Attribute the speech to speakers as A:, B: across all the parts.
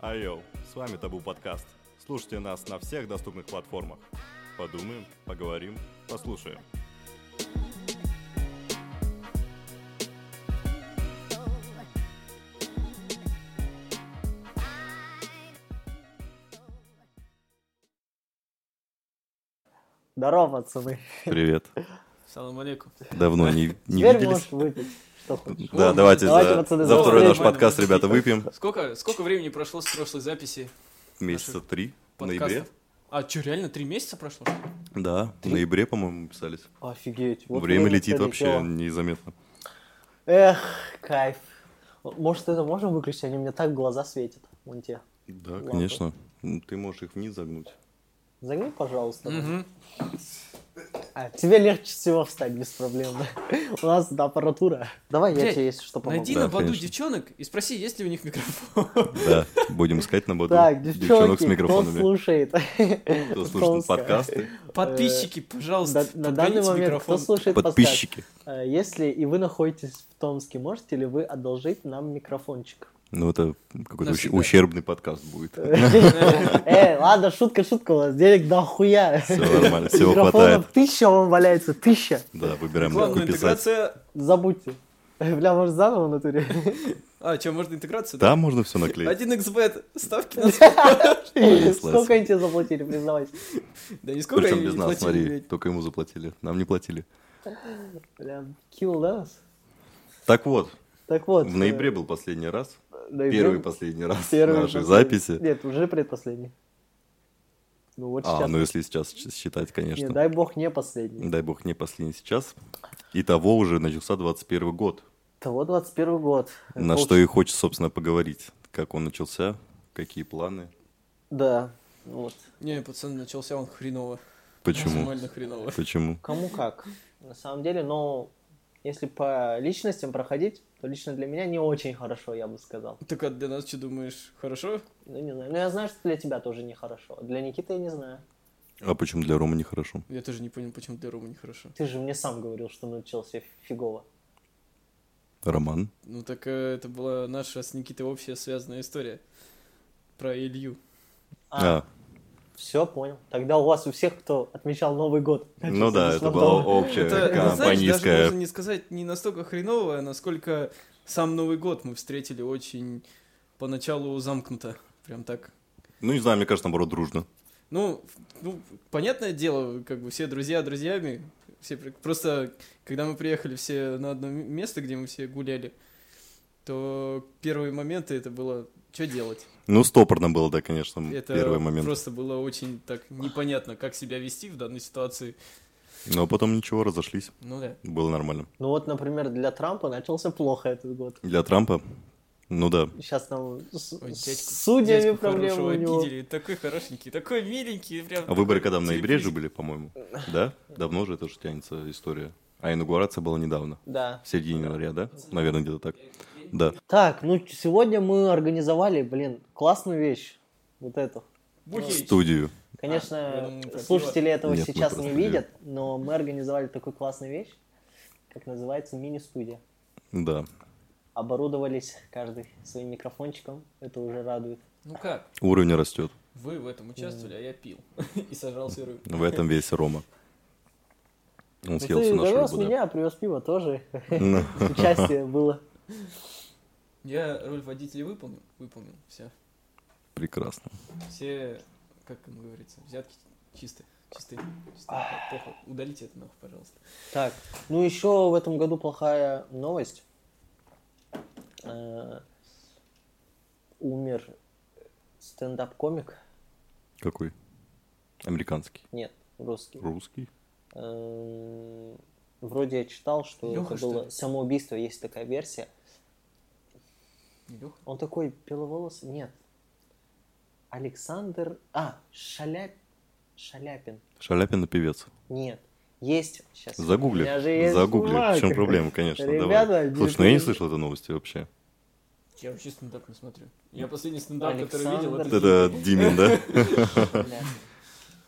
A: Айо, с вами Табу Подкаст. Слушайте нас на всех доступных платформах. Подумаем, поговорим, послушаем.
B: Здорово, пацаны.
A: Привет.
C: Салам алейкум.
A: Давно не, не
B: Теперь
A: виделись.
B: можешь выпить, что хочешь.
A: Да, давайте,
B: Давайте,
A: за,
B: пацаны,
A: за
B: за
A: второй
B: время.
A: наш подкаст, ребята, выпьем.
C: Сколько, сколько времени прошло с прошлой записи
A: Месяца три. В
C: подкаста?
A: ноябре?
C: А что, реально три месяца прошло? что ли?
A: Да, в ноябре, по-моему, мы писались.
B: Офигеть. вот
A: Время летит
B: пролетело.
A: вообще незаметно.
B: Эх, кайф. Может, это можно выключить? Они мне так в глаза светят. Вон те.
A: Да,
B: Ладно.
A: конечно. Ну, Ты можешь их вниз загнуть.
B: Загни, пожалуйста.
C: Ну,
A: Ну,
B: А, тебе легче всего встать без проблем. У нас аппаратура. Давай я
C: Блядь,
B: тебе, если что, помогу.
C: Найди
A: Да,
C: на Баду
A: конечно.
C: девчонок и спроси, есть ли у них микрофон.
A: Да, будем искать на боду
B: Так,
A: девчонок
B: девчонки,
A: с
B: кто
A: микрофонами.
B: слушает?
A: Кто слушает
B: Томска.
A: подкасты,
C: Подписчики,
B: На,
C: пожалуйста,
B: Э, на данный
C: подгоните
B: момент
C: микрофон.
B: кто слушает подкаст?
A: подписчики.
B: Э, Если и вы находитесь в Томске, можете ли вы одолжить нам микрофончик?
A: Ну, это какой-то ущ-
C: Навсегда.
A: ущербный подкаст будет.
B: Эй, Э, ладно, шутка, шутка, у вас денег дохуя.
A: Все нормально, всего
B: Микрофонов
A: хватает.
B: тысяча вам валяется, тысяча.
A: Да, выбираем,
C: Главная
A: какую писать.
C: интеграция...
B: Забудьте. Бля, может заново в натуре?
C: А, что, можно интеграцию?
A: Да, можно все наклеить.
C: 1xbet, ставки на...
B: Сколько они тебе заплатили, признавайся?
C: Да не сколько
A: Причем
C: они
A: без
C: не
A: нас,
C: платили,
A: смотри,
C: блядь.
A: только ему заплатили, нам не платили.
B: Бля, кинул да, нас?
A: Так вот,
B: Так вот.
A: в
B: э,
A: ноябре был последний раз,
B: ноябре-
A: первый и последний раз
B: первый
A: нашей
B: последний.
A: записи.
B: Нет, уже предпоследний. Ну вот
A: А,
B: сейчас.
A: ну если сейчас ч- считать,
B: Не,
A: конечно.
B: дай бог, не последний.
A: Дай бог, не последний сейчас. Итого уже начался 21 год.
B: Того 21 год.
A: На
B: Пол-
A: что и хочется, собственно, поговорить. Как он начался, какие планы,
B: Да, вот.
C: Не, пацан, начался он хреново.
A: почему,
C: Максимально хреново.
A: почему.
B: Кому как. На самом деле, но если по личностям проходить, то лично для меня не очень хорошо, я бы сказал.
C: Так а для нас что думаешь, хорошо?
B: Ну, не знаю. Ну, я знаю, что для тебя тоже нехорошо. Для Никиты я не знаю.
A: А почему для Ромы нехорошо?
C: Я тоже не понял, почему для Ромы нехорошо.
B: Ты же мне сам говорил, что начался фигово.
A: Роман?
C: Ну так э, это была наша с Никитой общая связанная история про Илью.
B: А,
A: А,
B: все, понял. Тогда у вас у всех, кто отмечал Новый год.
A: ну да,
B: начался
A: это
B: дом.
A: была общая
C: это, ну, знаешь,
A: Э,
C: даже
A: компанийская
C: можно не сказать не настолько хреновая, насколько сам Новый год мы встретили очень поначалу замкнуто. Прям так.
A: Ну, не знаю, мне кажется, наоборот, дружно.
C: Ну, в- ну, понятное дело, как бы все друзья друзьями. Все при- просто, когда мы приехали все на одно м- место, где мы все гуляли, то первые моменты это было, что делать?
A: Ну, стопорно было, да, конечно,
C: Это
A: первый момент.
C: просто было очень так непонятно, как себя вести в данной ситуации.
A: Но потом ничего, разошлись.
C: Ну да.
A: Было нормально.
B: Ну вот, например, для Трампа начался плохо этот год.
A: Для Трампа, ну да.
B: Сейчас там с,
C: Ой,
B: с
C: дядьку-
B: судьями
C: дядьку
B: проблемы
C: хорошего
B: у него.
C: обидели. Такой хорошенький, такой миленький. Прям
A: А выборы когда в
C: такой
A: ноябре же
C: телепузик.
A: были, по-моему, да? Давно же это уже тянется история. А инаугурация была недавно,
B: Да.
A: в середине января, да? Наверное, где-то так. Да.
B: Так, ну сегодня мы организовали, блин, классную вещь. Вот эту.
C: Бухич.
A: Студию.
C: я
B: Конечно,
C: думал, мы А, э, про
B: слушатели этого
A: Нет, мы
B: сейчас
A: просто
B: не
A: делаем.
B: видят, но мы организовали такую классную вещь, как называется мини-студия.
A: Да.
B: Оборудовались каждый своим микрофончиком, это уже радует.
C: Ну как?
A: Уровень растет.
C: Вы в этом участвовали, а я пил. И сажал сырую.
A: В этом весь Рома. Он
B: Ну,
A: съел
B: ты
A: всю нашу
B: привез
A: рыбу, да.
B: меня, привез пиво тоже.
A: Ну.
B: Участие было.
C: Я роль водителя выполнил? Выполнил. Все.
A: Прекрасно.
C: Все, как там говорится, взятки чистые. Чистые. чистые. Похуй. Удалите это нахуй, пожалуйста.
B: Так, ну еще в этом году плохая новость. Э, Умер стендап-комик.
A: Какой? Американский.
B: Нет, русский.
A: Русский?
B: Эм, Вроде я читал, что
C: Лёха,
B: это
C: что
B: было
C: ли?
B: самоубийство, есть такая версия.
C: Не Лёха?
B: Он такой беловолосый. Нет. Александр... А, Шаляп... Шаляпин.
A: Шаляпин певец.
B: Нет. Есть. Сейчас.
A: Загугли. Загугли. В чем проблема, конечно.
B: Ребята,
A: Давай. Слушай,
B: не
A: ну я не
B: понимаю.
A: слышал этой новости вообще.
C: Я вообще стендап не смотрю. Я последний стендап, который видел,
B: Ну, Александр.
C: это
A: Это Димин, да?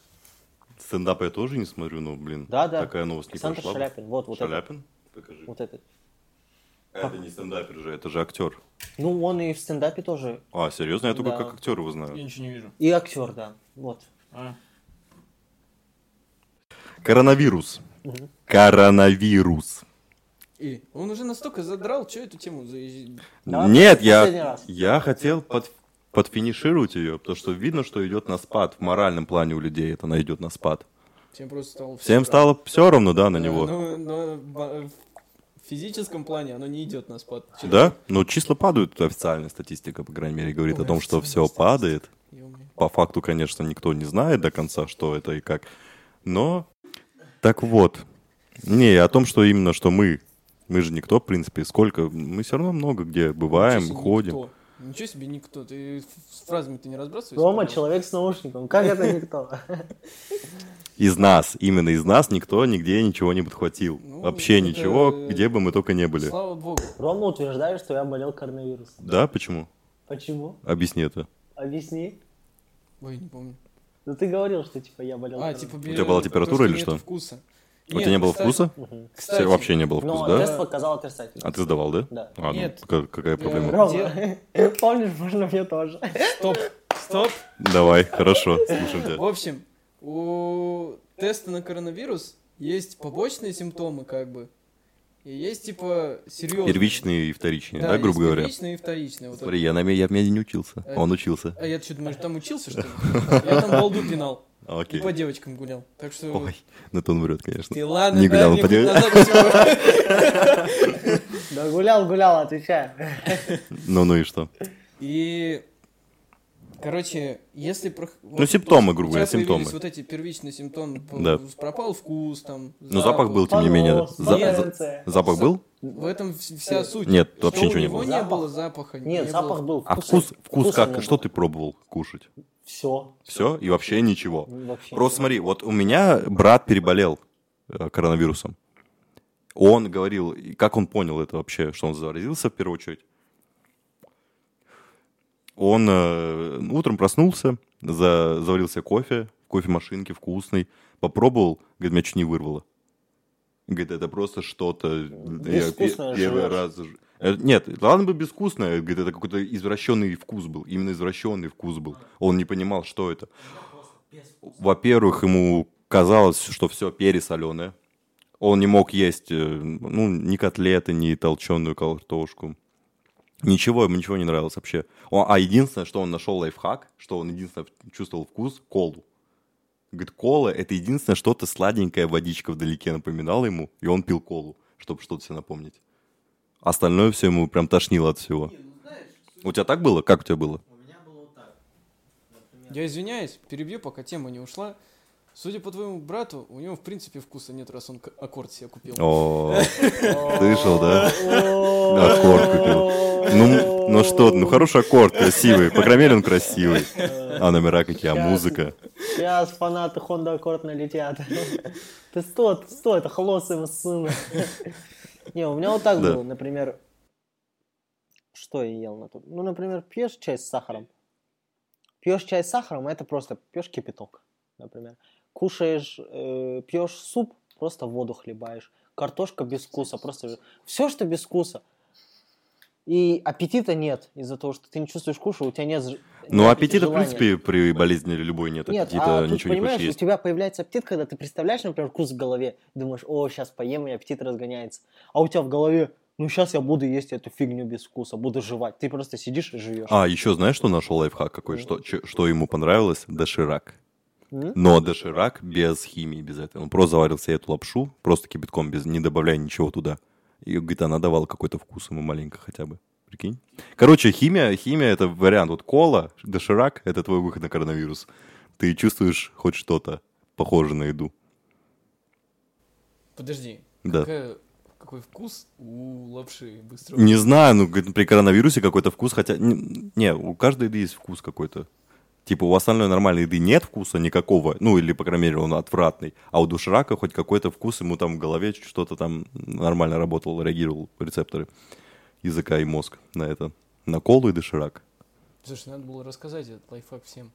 A: Стендап я тоже не смотрю, но, блин,
B: Да, да.
A: такая новость не
B: Александр
A: прошла Типа, бы.
B: Шаляпин. Вот, вот этот.
A: Шаляпин? Покажи.
B: Вот этот.
A: А Это не стендапер же, это же актер.
B: Ну, он и в стендапе тоже.
A: А, серьезно? Я только
B: Да.
A: как актер его
C: Я
A: знаю.
C: ничего не вижу.
B: И актер, да. Вот.
C: А.
A: Коронавирус.
B: Мгм.
A: Коронавирус.
C: И он уже настолько задрал, что эту тему заезжает.
B: Давай
A: Нет,
B: последний
A: я,
B: раз.
A: я хотел под, подфинишировать ее, потому что видно, что идет на спад. В моральном плане у людей это она идет на спад.
C: Всем просто стало... всё
A: Всем
C: равно.
A: стало все равно, да, на
C: Да, ну,
A: него.
C: Но, но ба- в физическом плане оно не идет на спад. Чё-
A: Да? Ну, числа падают, официальная статистика, по крайней мере, говорит о
C: Ой,
A: том, что
C: официальная
A: все падает.
C: Ё-моё.
A: По факту, конечно, никто не знает до конца, что это и как. Но, так вот, не, о том, что именно, что мы, мы же никто, в принципе, сколько, мы все равно много где бываем,
C: Ничего себе
A: ходим.
C: никто. Ничего себе никто. Ты с фразами ты не разбрасывайся.
B: Рома
C: пожалуйста.
B: человек с наушником. Как это никто?
A: Из нас, именно из нас никто нигде ничего не подхватил.
C: Ну,
A: Вообще
C: это-
A: ничего, где бы мы только не были.
C: Слава богу.
B: Рома утверждает, что я болел коронавирусом.
A: Да, почему?
B: Почему?
A: Объясни это.
B: Объясни.
C: Ой, не помню.
B: Ну ты говорил, что типа я болел
C: А, типа,
A: тебя была температура или
C: нет
A: что?
C: Вкуса.
A: У тебя не было вкуса?
B: Мгм.
A: Все, Вообще не было
B: Но
A: вкуса, да?
B: тест показал отрицательно.
A: А ты сдавал, да?
B: Да.
A: А, ну,
C: ну, Нет.
A: ка- какая проблема?
C: Э,
B: Рома, помнишь, можно мне тоже?
C: Стоп, стоп.
A: Давай, хорошо, слушаем
C: В
A: тебя.
C: общем, у теста на коронавирус есть побочные симптомы, как бы. И есть, типа, серьезные.
A: Первичные и вторичные, да,
C: есть
A: грубо говоря?
C: Первичные и вторичные. Вот
A: Смотри, я на ме- я в меди не учился.
C: Э.
A: Он учился.
C: это. А я что, думаешь, там учился, что ли? Я там балду пинал. И
A: Окей.
C: по девочкам гулял. Так что...
A: Ой, ну то он врет, конечно.
C: Ты ладно,
A: Не
C: не
A: гулял
C: гулял,
A: по девочкам.
B: Да гулял, гулял, отвечаю.
A: Ну, ну и что?
C: И, короче, если... прох-
A: Ну,
C: вот
A: симптомы, грубо
C: у
A: говоря,
C: тебя появились
A: симптомы.
C: Вот эти первичные симптомы. п-
A: Да.
C: Пропал вкус, там...
A: Ну, запах был, тем не менее. да.
B: Понос,
A: За- за-
B: сердце.
A: Запах был?
C: В этом вс- вся суть.
A: Нет,
C: Что
A: вообще ничего не
C: у
A: было.
C: него не
B: Запах.
C: было запаха.
B: Нет,
C: не
B: запах
C: было-
B: был.
A: А вкус, вкус как? Что ты пробовал кушать?
B: Все.
A: Все? И вообще ничего?
B: Вообще.
A: Просто смотри, вот у меня брат переболел э, коронавирусом. Он говорил, и как он понял это вообще, что он заразился в первую очередь? Он э, утром проснулся, за, заварил себе кофе, в кофемашинке вкусный, попробовал, говорит, меня чуть не вырвало. Говорит, это просто что-то... Я пе-
B: Безвкусное
A: первый
B: жрёшь.
A: раз... ж- Э, Нет, ладно бы безвкусное, говорит, это какой-то извращенный вкус был. Именно извращенный вкус был. Он не понимал, что это. Во-первых, ему казалось, что все пересоленое. Он не мог есть, э, ну, ни котлеты, ни толченую картошку. Ничего, ему ничего не нравилось вообще. О, а единственное, что он нашел лайфхак, что он единственное в- чувствовал вкус, колу. Говорит, кола – это единственное что-то сладенькое водичка вдалеке напоминала ему, и он пил колу, чтобы что-то себе напомнить. Остальное все ему прям тошнило от всего.
B: ну
A: У тебя так было? Как у тебя было?
C: Я извиняюсь, перебью, пока тема не ушла. Судя по твоему брату, у него, в принципе, вкуса нет, раз он к- аккорд себе купил.
B: Ну,
A: О, слышал, да?
B: Да,
A: Аккорд купил. Ну, м, ну что, ты, ну хороший аккорд, красивый. По крайней мере, он красивый. А номера какие, а
B: Сейчас.
A: музыка.
B: Сейчас фанаты Honda Аккорд налетят. Ты что, ты что, это холосый сына. Не, у меня вот так
A: Да.
B: было, например, что я ел на то? Ну, например, пьешь чай с сахаром. Пьешь чай с сахаром, а это просто пьешь кипяток, например. Кушаешь, э, пьешь суп, просто воду хлебаешь. Картошка без вкуса, просто все, что без вкуса. И аппетита нет из-за того, что ты не чувствуешь кушать, у тебя нет... ж-
A: Ну,
B: нет
A: аппетита, в
B: желания.
A: принципе, при болезни любой нет.
B: Нет,
A: Аппетита
B: а тут,
A: ничего не
B: понимаешь,
A: хочешь есть.
B: у тебя появляется аппетит, когда ты представляешь, например, вкус в голове, думаешь, о, сейчас поем, и аппетит разгоняется. А у тебя в голове, ну, сейчас я буду есть эту фигню без вкуса, буду жевать. Ты просто сидишь и живешь.
A: А, еще знаешь, что нашел лайфхак какой?
B: Ну.
A: Что, че- что ему понравилось? Доширак.
B: М?
A: Но доширак без химии, без этого. Он просто заварил себе эту лапшу, просто кипятком, без, не добавляя ничего туда. И, говорит, она давала какой-то вкус ему маленько хотя бы. Прикинь. Короче, химия, химия это вариант. Вот кола, доширак — это твой выход на коронавирус. Ты чувствуешь хоть что-то похожее на еду.
C: Подожди,
A: Да.
C: какая- какой вкус у лапши быстро.
A: Не знаю, ну говорит, при коронавирусе какой-то вкус, хотя... н- Не, у каждой еды есть вкус какой-то. Типа у остальной нормальной еды нет вкуса никакого, ну или, по крайней мере, он отвратный. А у душрака хоть какой-то вкус, ему там в голове что-то там нормально работало, реагировал рецепторы языка и мозг на это. На колу и доширак.
C: Слушай, надо было рассказать этот лайфхак всем.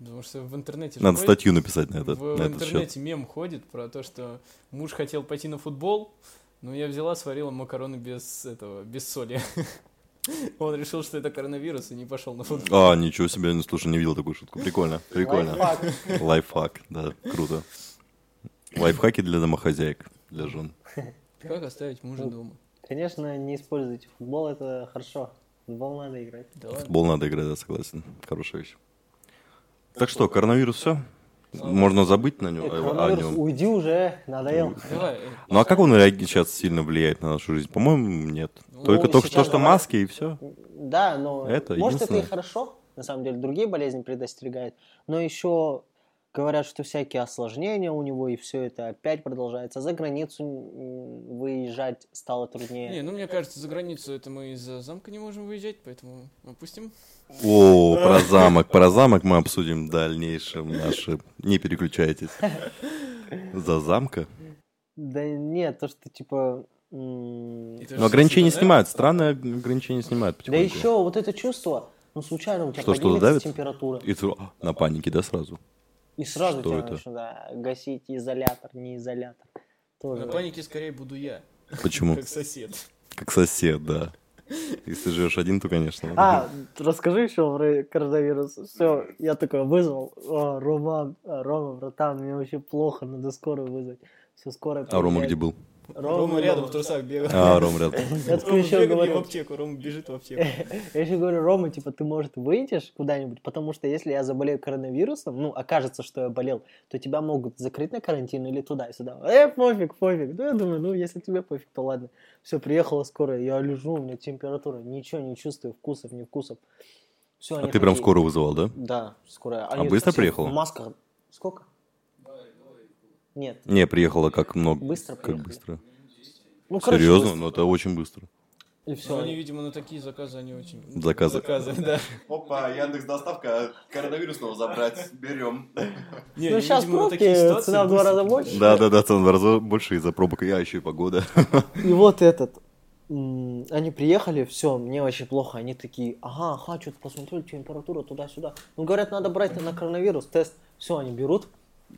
C: Потому что в интернете... же
A: Надо
C: ходит-
A: статью написать на этот,
C: в,
A: на
C: в
A: этот счет.
C: интернете мем ходит про то, что муж хотел пойти на футбол, Ну, я взяла, сварила макароны без этого, без соли. Он решил, что это коронавирус, и не пошел на футбол.
A: А, ничего себе, ну, слушай, не видел такую шутку. Прикольно, прикольно.
B: Лайфхак.
A: Лайфхак, да, круто. Лайфхаки для домохозяек, для жен.
C: Как оставить мужа дома?
B: Конечно, не используйте футбол, это хорошо. В Футбол надо играть.
C: Да ладно.
A: Футбол надо играть, да, согласен. Хорошая вещь. Так что, коронавирус все? Можно забыть на нем,
B: Э,
A: о о
B: коронавирус,
A: нем.
B: уйди уже, надоел.
C: Давай, э,
A: Ну а как он реаг- сейчас сильно влияет на нашу жизнь? По-моему, нет. Только то, что,
B: Ну, сейчас
A: что
B: давай.
A: маски и все.
B: Да, но
A: Это
B: может это и
A: единственное.
B: хорошо, на самом деле, другие болезни предостерегают, но еще говорят, что всякие осложнения у него и все это опять продолжается. За границу м, выезжать стало труднее.
C: Не, ну мне кажется, за границу это мы из-за замка не можем выезжать, поэтому опустим.
A: О, про замок. Про замок мы обсудим в дальнейшем наши. Не переключайтесь. За замка.
B: Да нет, то что типа. м,
C: И то,
A: Но
C: что
A: ограничения
C: сюда, да?
A: снимают. Странные ограничения снимают
B: Да
A: потихоньку.
B: еще вот это чувство, ну случайно у тебя
A: Что, что-то
B: поднимется
A: давит?
B: температура.
A: И сразу- а, на панике, да, сразу?
B: И сразу
A: Что
B: тебя
A: это?
B: начнут, да, гасить изолятор, не изолятор. Тоже.
C: На панике скорее буду я,
A: Почему?
C: как сосед.
A: Как сосед, да. Если живешь один, то, конечно.
B: А, расскажи еще про коронавирус. Все, я такой вызвал. О, Рома, а, Рома, братан, мне вообще плохо, надо скорую вызвать. Все, скорая.
A: А Рома
B: приезжает.
A: где был?
B: Ну, Рома,
C: Рома рядом в
B: дома.
C: трусах бегал.
A: А, Ром рядом.
B: Я такой
C: Рома
B: еще
C: бегает в
B: говорю. Э,
C: аптеку, Рома бежит в аптеку.
B: Я еще говорю, Рома, типа, ты, может, выйдешь куда-нибудь, потому что если я заболею коронавирусом, ну, окажется, что я болел, то тебя могут закрыть на карантин или туда и сюда. Э, пофиг, пофиг. Ну, я думаю, ну, если тебе пофиг, то ладно. Все, приехала скорая, я лежу, у меня температура, ничего не чувствую, вкусов, не вкусов. Все,
A: А ты прям скоро вызывал, да?
B: Да, скорая.
A: А быстро
B: все
A: приехала?
B: В масках. Сколько? Нет,
A: Не, приехала как много.
B: Быстро
A: Как
B: приехали.
A: быстро.
B: ну, короче,
A: Серьезно?
B: быстро.
A: Ну, это очень быстро.
B: И
C: Но Они,
B: все.
C: Ну, видимо, на такие заказы они очень...
A: Заказы.
C: да.
D: Опа, Яндекс доставка коронавирусного забрать. Берем.
C: Не,
B: ну,
C: они,
B: сейчас
C: видимо, на
B: пробки,
C: такие ситуации
B: цена в два
C: быстро-
B: раза больше.
A: Да, да, да, цена в два раза больше из-за пробок, а еще и погода.
B: И вот этот. м, Они приехали, все, мне вообще плохо. Они такие, ага, ага, что-то посмотрели, температура туда-сюда. Ну, говорят, надо брать на коронавирус тест. Все, они берут.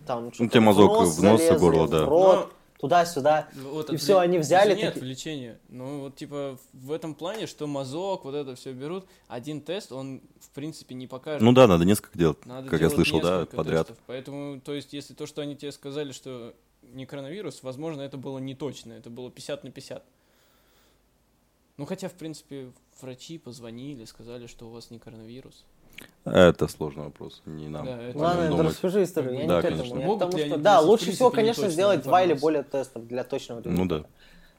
B: Там что-то
A: Ну, тебе мазок в нос и
B: залезли,
A: горло, да.
B: В
C: Ну,
B: рот, туда-сюда.
C: Вот
B: И
C: отвле-
B: всё, они взяли
C: Нет,
B: таки-
C: отвлечение. Ну, вот, типа, в этом плане, что мазок, вот это все берут, один тест, он, в принципе, не покажет.
A: Ну да, надо несколько делать,
C: Надо
A: как я
C: делать
A: слышал, да,
C: несколько
A: подряд.
C: тестов. Поэтому, то есть, если то, что они тебе сказали, что не коронавирус, возможно, это было не точно, это было 50 на 50. Ну, хотя, в принципе, врачи позвонили, сказали, что у вас не коронавирус.
A: Это сложный вопрос, не нам.
C: Да, это-
A: Надо
B: Ну, Ладно, да
A: думать.
B: расскажи историю, я
A: Да,
B: не к
A: конечно.
B: этому. Я
C: Могут
B: к тому,
C: ли
B: что-
C: они
B: да,
C: просто, в
B: лучше
C: принципе,
B: всего,
C: не
B: конечно,
C: точно
B: сделать два или
C: информацию?
B: более тестов для точного
A: Ну да.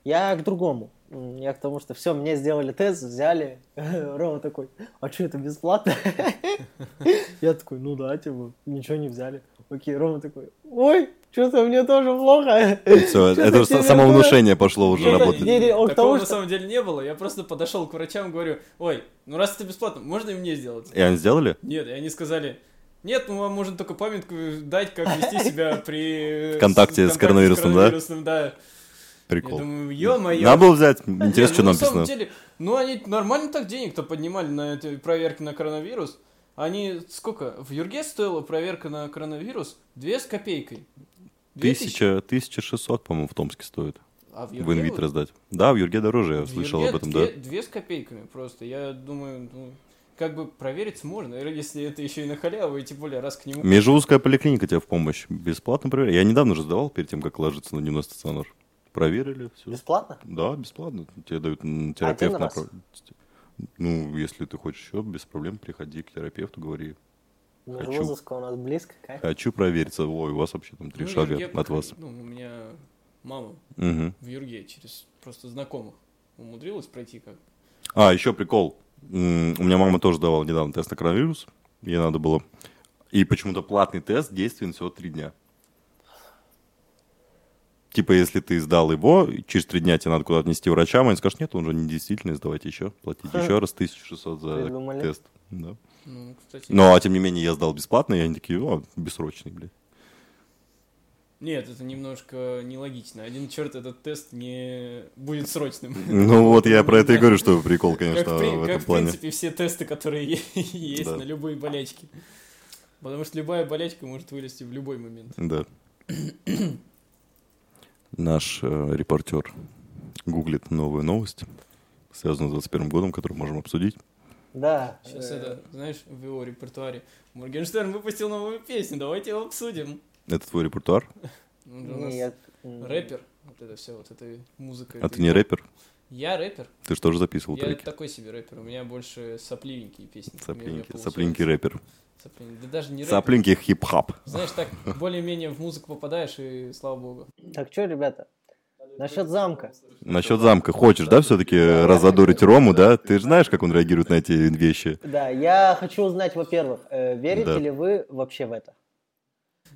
B: Я к другому. М, Я к тому, что все, мне сделали тест, взяли. Рома такой, а что это бесплатно? Я такой, ну да, типа, ничего не взяли. Окей, Рома такой, ой, что-то мне тоже плохо.
A: Все,
B: Чё
A: это
B: за
A: уже са-
B: температура?
A: самовнушение пошло уже
B: Чё за
A: работать.
B: Не, не, он к
C: Такого
B: тому,
C: на
B: что-
C: самом деле не было. Я просто подошел к врачам, говорю, ой, ну раз это бесплатно, можно и мне сделать?
A: И они сделали?
C: Нет, и они сказали, нет, мы вам можем только памятку дать, как вести себя при... э,
A: В контакте с коронавирусом, да?
C: коронавирусным, да? Я
A: Прикол.
C: думаю, ё-моё.
A: Надо было взять,
C: Не, ну,
A: интересно, что
C: на самом
A: написано.
C: деле, ну они нормально так денег-то поднимали на этой проверке на коронавирус. Они сколько? В Юрге стоила проверка на коронавирус две с копейкой. Две тысячи.
A: Тысяча, 1600, по-моему, в Томске стоит.
C: А в
A: В
C: Юрге вот
A: инвитро сдать. Да, в Юрге дороже, я
C: в
A: слышал
C: Юрге
A: об этом, да.
C: две, Две с копейками просто. Я думаю, ну, как бы проверить можно, если это еще и на халяву, и тем более раз к нему.
A: Межузкая поликлиника тебе в помощь. Бесплатно проверяли. Я недавно же сдавал перед тем, как ложиться на дневной стационар. Проверили, все.
B: Бесплатно?
A: Да, бесплатно. Тебе дают
C: А
A: м, терапевт
B: Один раз?
A: направ- Ну, если ты хочешь еще, без проблем приходи к терапевту, говори. Хочу.
B: Межвузовская Ну, у нас близко, кайф.
A: Хочу провериться. Ой, у вас вообще там три
C: Ну, в
A: шага
C: Юрге
A: от
C: пока-
A: вас.
C: Ну, у меня мама
A: Мгм.
C: в Юрге через просто знакомых умудрилась пройти как
A: А, еще прикол. М, У меня мама тоже давала недавно тест на коронавирус. Ей надо было. И почему-то платный тест действен всего три дня. Типа, если ты сдал его, и через три дня тебе надо куда-то нести врачам, они скажут, нет, он же не действительный, сдавайте еще, платите
B: Ха.
A: еще раз 1600 за
B: Придумали.
A: тест. Да.
C: Ну, кстати.
A: Но, а тем не менее, я сдал бесплатно, и они такие, о, бессрочный, блядь.
C: Нет, это немножко нелогично. Один черт этот тест не будет срочным.
A: Ну вот я про это и говорю, что прикол,
C: Как,
A: конечно,
C: в при-
A: в
C: как,
A: этом
C: в
A: плане.
C: принципе, все тесты, которые е- есть
A: Да.
C: на любые болячки. Потому что любая болячка может вылезти в любой момент.
A: Да. Наш э, репортер гуглит новые новости, связанные с 21 годом, которые можем обсудить.
B: Да.
C: Сейчас
B: э,
C: это, знаешь, в его репертуаре. Моргенштерн выпустил новую песню, давайте его обсудим.
A: Это твой репертуар,
C: Он же у
B: не,
C: нас
B: я, м,
C: Рэпер. Вот это все, вот эта музыка.
A: а
C: это
A: ты не
C: его.
A: рэпер?
C: Я рэпер.
A: Ты же тоже записывал
C: Я
A: треки?
C: такой себе рэпер. У меня больше сопливенькие песни. У меня
A: Соплинки,
C: получается.
A: соплинки рэпер.
C: Соплинки. Да даже не рэпер.
A: Соплинки хип-хап.
C: Знаешь, так более-менее в музыку попадаешь, и слава богу.
B: Так что, ребята, насчет замка.
A: Насчет замка. Хочешь, да, все-таки разодорить Рому, да? Ты же знаешь, как он реагирует на эти вещи.
B: Да, я хочу узнать, во-первых, э, верите
A: Да.
B: ли вы вообще в это?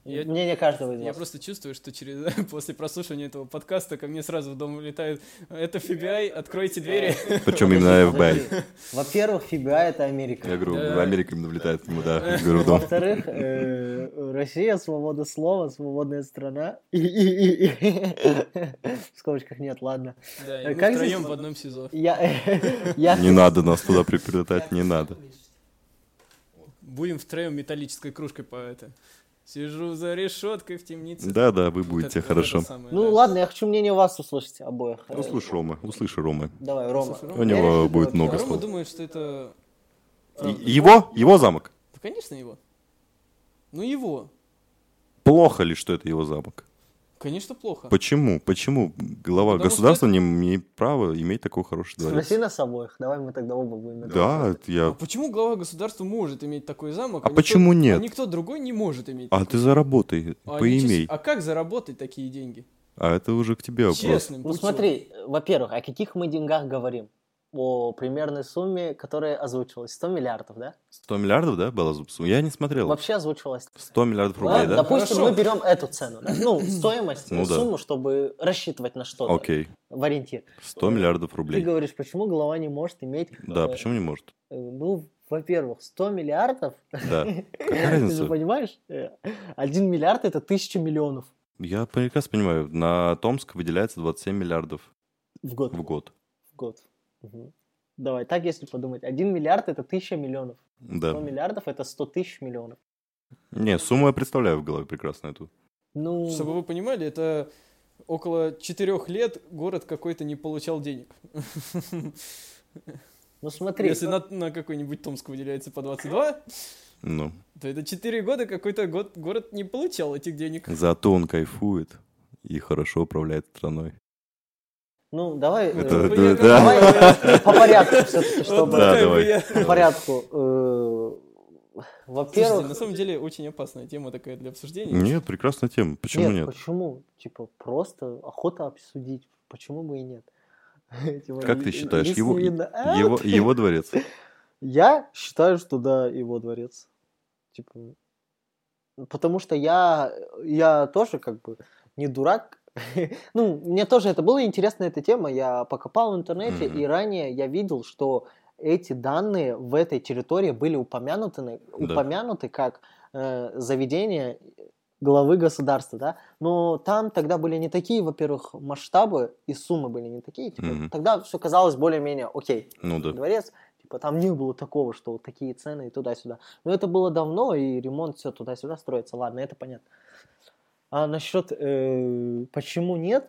C: Я-
B: Мнение каждого из
C: Я
B: вас.
C: просто чувствую, что через после прослушивания этого подкаста ко мне сразу в дом улетают. Это FBI, откройте двери.
A: Причем именно
B: Подожди,
A: FBI.
B: подожди. Во-первых, FBI это Америка.
A: Я говорю,
C: Да.
A: в Америку именно влетает к нему, да. Я говорю, да.
B: Во-вторых, э, Россия свобода слова, свободная страна. И- и- и- и. В скобочках нет, ладно.
C: Да,
B: Э,
C: и мы
B: как
C: втроем
B: здесь-
C: в одном СИЗО.
B: Я, я,
A: Не надо нас туда приплетать, не надо.
C: Будем втроем металлической кружкой по это. Сижу за решеткой в темнице.
A: Да, да, вы
C: Вот это-
A: будете
C: вот
A: хорошо.
C: это самое,
B: Ну
C: да.
B: ладно, я хочу мнение вас услышать обоих. Э,
A: Услышь Рома, услышь Рома.
B: Давай, Рома.
C: Слушай,
A: Ну, У
C: Рома-
B: Я
A: него
B: решил
A: будет
B: вообще.
A: много
C: Рома
A: слов.
C: думает, что это... Э,
A: И- Его? Его замок?
C: Да, конечно, его. Ну, его.
A: Плохо ли, что это его замок?
C: Конечно, плохо.
A: Почему? Почему глава
C: Потому что
A: государства не имеет права иметь такой хороший дворец?
B: Спроси нас обоих, давай мы тогда оба будем. это
A: Да,
B: обсуждать.
A: это
C: А
A: я...
C: почему глава государства может иметь такой замок,
A: А
C: никто-
A: почему
C: а
A: нет?
C: никто другой не может иметь?
A: А
C: такой?
A: ты заработай,
C: А они чис-
A: поимей.
C: А как заработать такие деньги?
A: А это уже к тебе вопрос.
C: Честным
B: Ну
C: путем.
B: смотри, э, во-первых, о каких мы деньгах говорим? О примерной сумме, которая озвучивалась. 100 миллиардов, да?
A: 100 миллиардов, да, была сумма? Я не смотрел.
B: Вообще озвучивалась.
A: 100 миллиардов рублей,
B: Ладно,
A: да?
B: допустим,
C: Хорошо.
B: мы берем эту цену, да? ну, стоимость,
A: Ну да.
B: сумму, чтобы рассчитывать на что-то
A: Окей,
B: в ориентир.
A: 100 миллиардов
B: Ты
A: рублей.
B: говоришь, почему голова не может иметь...
A: Да,
B: э,
A: почему не может?
B: э, Ну, во-первых, 100 миллиардов,
A: Да. Какая
B: ты же
A: разница?
B: понимаешь, 1 миллиард это тысяча миллионов
A: Я прекрасно понимаю, на Томск выделяется 27 миллиардов
B: в год.
A: в год.
B: В год. Мгм. Давай, так если подумать, 1 миллиард это тысяча миллионов, 100
A: Да.
B: миллиардов это 100 тысяч миллионов.
A: Не, сумму я представляю в голове прекрасно эту.
B: Ну,
C: Чтобы вы понимали, это около четырех лет город какой-то не получал денег.
B: ну смотри,
C: Если на, на какой-нибудь Томск выделяется по 22,
A: Ну,
C: то это 4 года какой-то год город не получал этих денег.
A: зато он кайфует и хорошо управляет страной.
B: ну давай, э,
A: Это-
C: Вы
A: да,
C: как-
A: да.
B: давай э, по порядку все-таки,
C: Вот
B: чтобы...
A: Да,
C: такая бы
A: давай.
C: я.
B: По порядку. э,
C: Слушайте, на
B: Во-первых...
C: самом деле очень опасная тема такая для обсуждения.
A: Нет, прекрасная тема. ну Почему нет?
B: почему? Типа, просто охота обсудить. Почему бы и нет? Типа,
A: Как
B: ли-
A: ты считаешь,
B: лист
A: его-
B: не видно. А,
A: Его,
B: вот.
A: его дворец.
B: Я считаю, что да, его дворец. Типа, потому что я, я тоже как бы не дурак. ну, мне тоже это было интересно, эта тема. Я покопал в интернете,
A: Мгм.
B: и ранее я видел, что эти данные в этой территории были упомянуты, на-
A: Да.
B: упомянуты как э, заведение главы государства, да, но там тогда были не такие, во-первых, масштабы и суммы были не такие, типа,
A: Мгм.
B: тогда все казалось более-менее окей,
A: Ну да.
B: дворец. Типа там не было такого, что вот такие цены и туда-сюда. Но это было давно, и ремонт все туда-сюда строится. Ладно, это понятно. А насчет э, почему нет?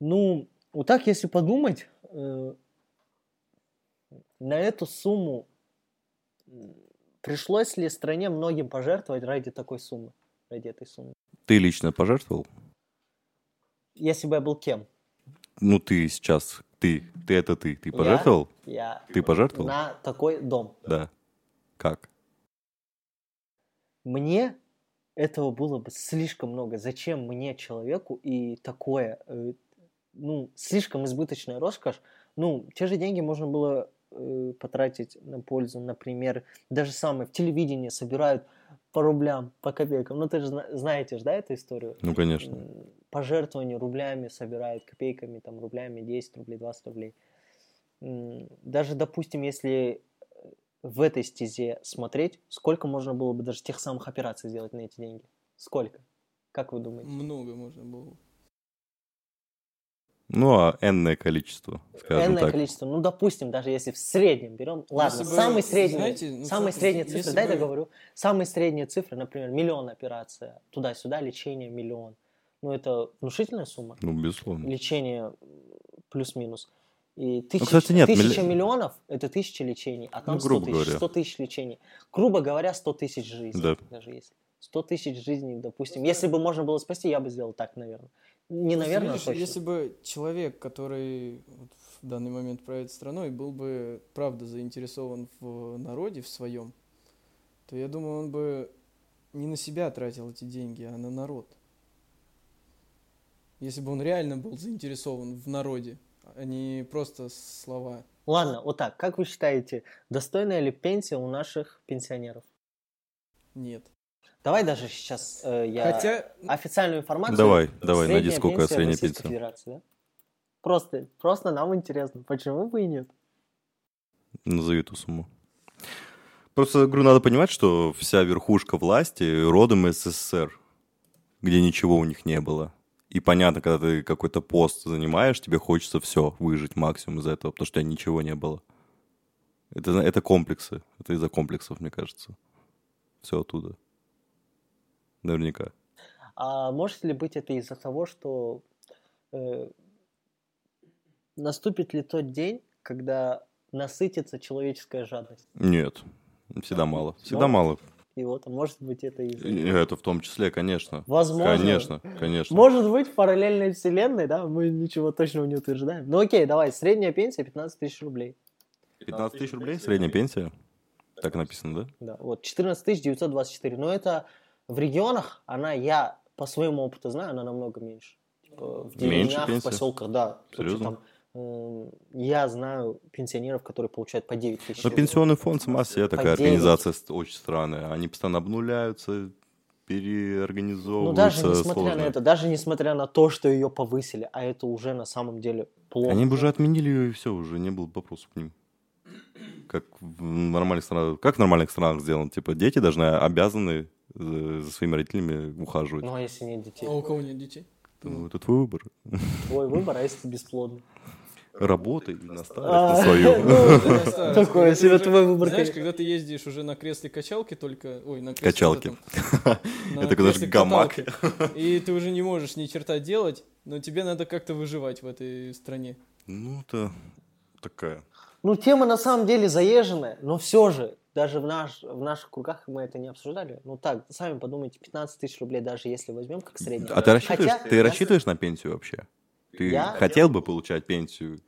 B: Ну, вот так, если подумать, э, на эту сумму м, пришлось ли стране многим пожертвовать ради такой суммы? Ради этой суммы.
A: Ты лично пожертвовал?
B: Если бы я был кем?
A: Ну ты сейчас, ты, ты это ты. Ты
B: Я?
A: пожертвовал?
B: Я
A: Ты пожертвовал?
B: на такой дом.
A: Да. Как?
B: мне этого было бы слишком много. Зачем мне, человеку, и такое, э, ну, слишком избыточная роскошь? Ну, те же деньги можно было э, потратить на пользу, например, даже самое, в телевидении собирают по рублям, по копейкам. Ну, ты же зна- знаете же, да, эту историю?
A: Ну конечно.
B: М, Пожертвования рублями собирают, копейками, там, рублями, 10 рублей, 20 рублей. М, Даже, допустим, если э, в этой стезе смотреть, сколько можно было бы даже тех самых операций сделать на эти деньги? Сколько? Как вы думаете?
C: Много можно было.
A: Ну а энное количество, скажем
B: Энное
A: так.
B: количество. Ну, допустим, даже если в среднем берем... Ладно,
C: бы,
B: самый средний,
C: Ну, знаете, ну,
B: самые
C: с-
B: средние
C: если
B: цифры, дай
C: бы-
B: договорю. Самые средние цифры, например, миллион операция, туда-сюда, лечение миллион. Ну, это внушительная сумма.
A: Ну безусловно.
B: лечение плюс-минус. И тысяч,
A: Ну, кстати, нет,
B: тысяча
A: милли-
B: миллионов – это тысяча лечений, а там
A: Ну,
B: 100,
A: грубо
B: тысяч,
A: говоря.
B: 100 тысяч лечений. Грубо говоря, 100 тысяч жизней
A: Да.
B: даже есть. 100 тысяч жизней, допустим. Если бы можно было спасти, я бы сделал так, наверное. Не наверное,
C: Видишь,
B: точно.
C: Если бы человек, который вот в данный момент правит страной, был бы правда заинтересован в народе, в своем, то я думаю, он бы не на себя тратил эти деньги, а на народ. Если бы он реально был заинтересован в народе, а не просто слова.
B: Ладно, вот так. Как вы считаете, достойная ли пенсия у наших пенсионеров?
C: Нет.
B: Давай даже сейчас э, я
C: Хотя, ну,
B: официальную информацию.
A: Давай, давай,
B: Средняя
A: найди, сколько
B: пенсия в
A: средняя
B: Российской
A: пенсия.
B: Федерации, да? Просто, просто нам интересно, почему бы и нет?
A: Назови эту сумму. Просто, говорю, надо понимать, что вся верхушка власти родом из СССР, где ничего у них не было. И понятно, когда ты какой-то пост занимаешь, тебе хочется все выжить максимум из этого, потому что у тебя ничего не было. Это, это комплексы. Это из-за комплексов, мне кажется. Все оттуда. Наверняка.
B: А может ли быть это из-за того, что э, наступит ли тот день, когда насытится человеческая жадность?
A: Нет. Всегда мало. Всегда мало.
B: Мало? И вот, а может быть это
A: И
B: из-за...
A: Это в том числе, конечно.
B: Возможно.
A: Конечно, конечно.
B: Может быть, в параллельной вселенной, да, мы ничего точного не утверждаем. Ну окей, давай, средняя пенсия 15 тысяч рублей.
A: 15 тысяч рублей средняя пенсия. Так написано, да?
B: Да, вот 14 924. Но это в регионах, она, я по своему опыту знаю, она намного меньше. Типа, в
A: Меньше
B: деревнях, в
A: пенсия?
B: поселках, да.
A: Серьезно?
B: Там, эм, я знаю пенсионеров, которые получают по 9 тысяч.
A: Но
B: рублей.
A: пенсионный фонд сама себе такая
B: По девять.
A: организация с- очень странная. Они постоянно обнуляются,
B: Ну,
A: переорганизовываются.
B: даже несмотря
A: э, сложно.
B: на это, даже несмотря на то, что ее повысили, а это уже на самом деле плохо.
A: Они бы уже отменили ее, и все, уже не было бы вопросов к ним. Как в нормальных странах, как в нормальных странах сделано? Типа, дети должны, обязаны э, за, за своими родителями ухаживать.
B: Ну, а если нет детей?
C: а у кого нет детей?
A: Ну, это твой выбор.
B: Твой выбор, а если ты бесплодный?
A: Работай и наставишь на
B: А,
A: свою.
B: ну,
C: Когда старость,
B: Такое
C: когда ты
B: себе
C: уже-
B: твой выбор,
C: Знаешь,
B: конечно.
C: когда ты ездишь уже на кресле качалки только... Ой, на кресле
A: Качалки.
C: Ну, вот этом, на
A: Это когда же
C: кресле
A: гамак.
C: каталке. И ты уже не можешь ни черта делать, но тебе надо как-то выживать в этой стране.
A: Ну, это такая.
B: Ну, тема на самом деле заезженная, но все же, даже в, наш, в наших кругах мы это не обсуждали. Ну так, сами подумайте, 15 тысяч рублей, даже если возьмем как среднее.
A: А ты рассчитываешь,
B: Хотя-
A: ты рассчитываешь на пенсию вообще? Ты
B: Я-
A: хотел бы получать пенсию?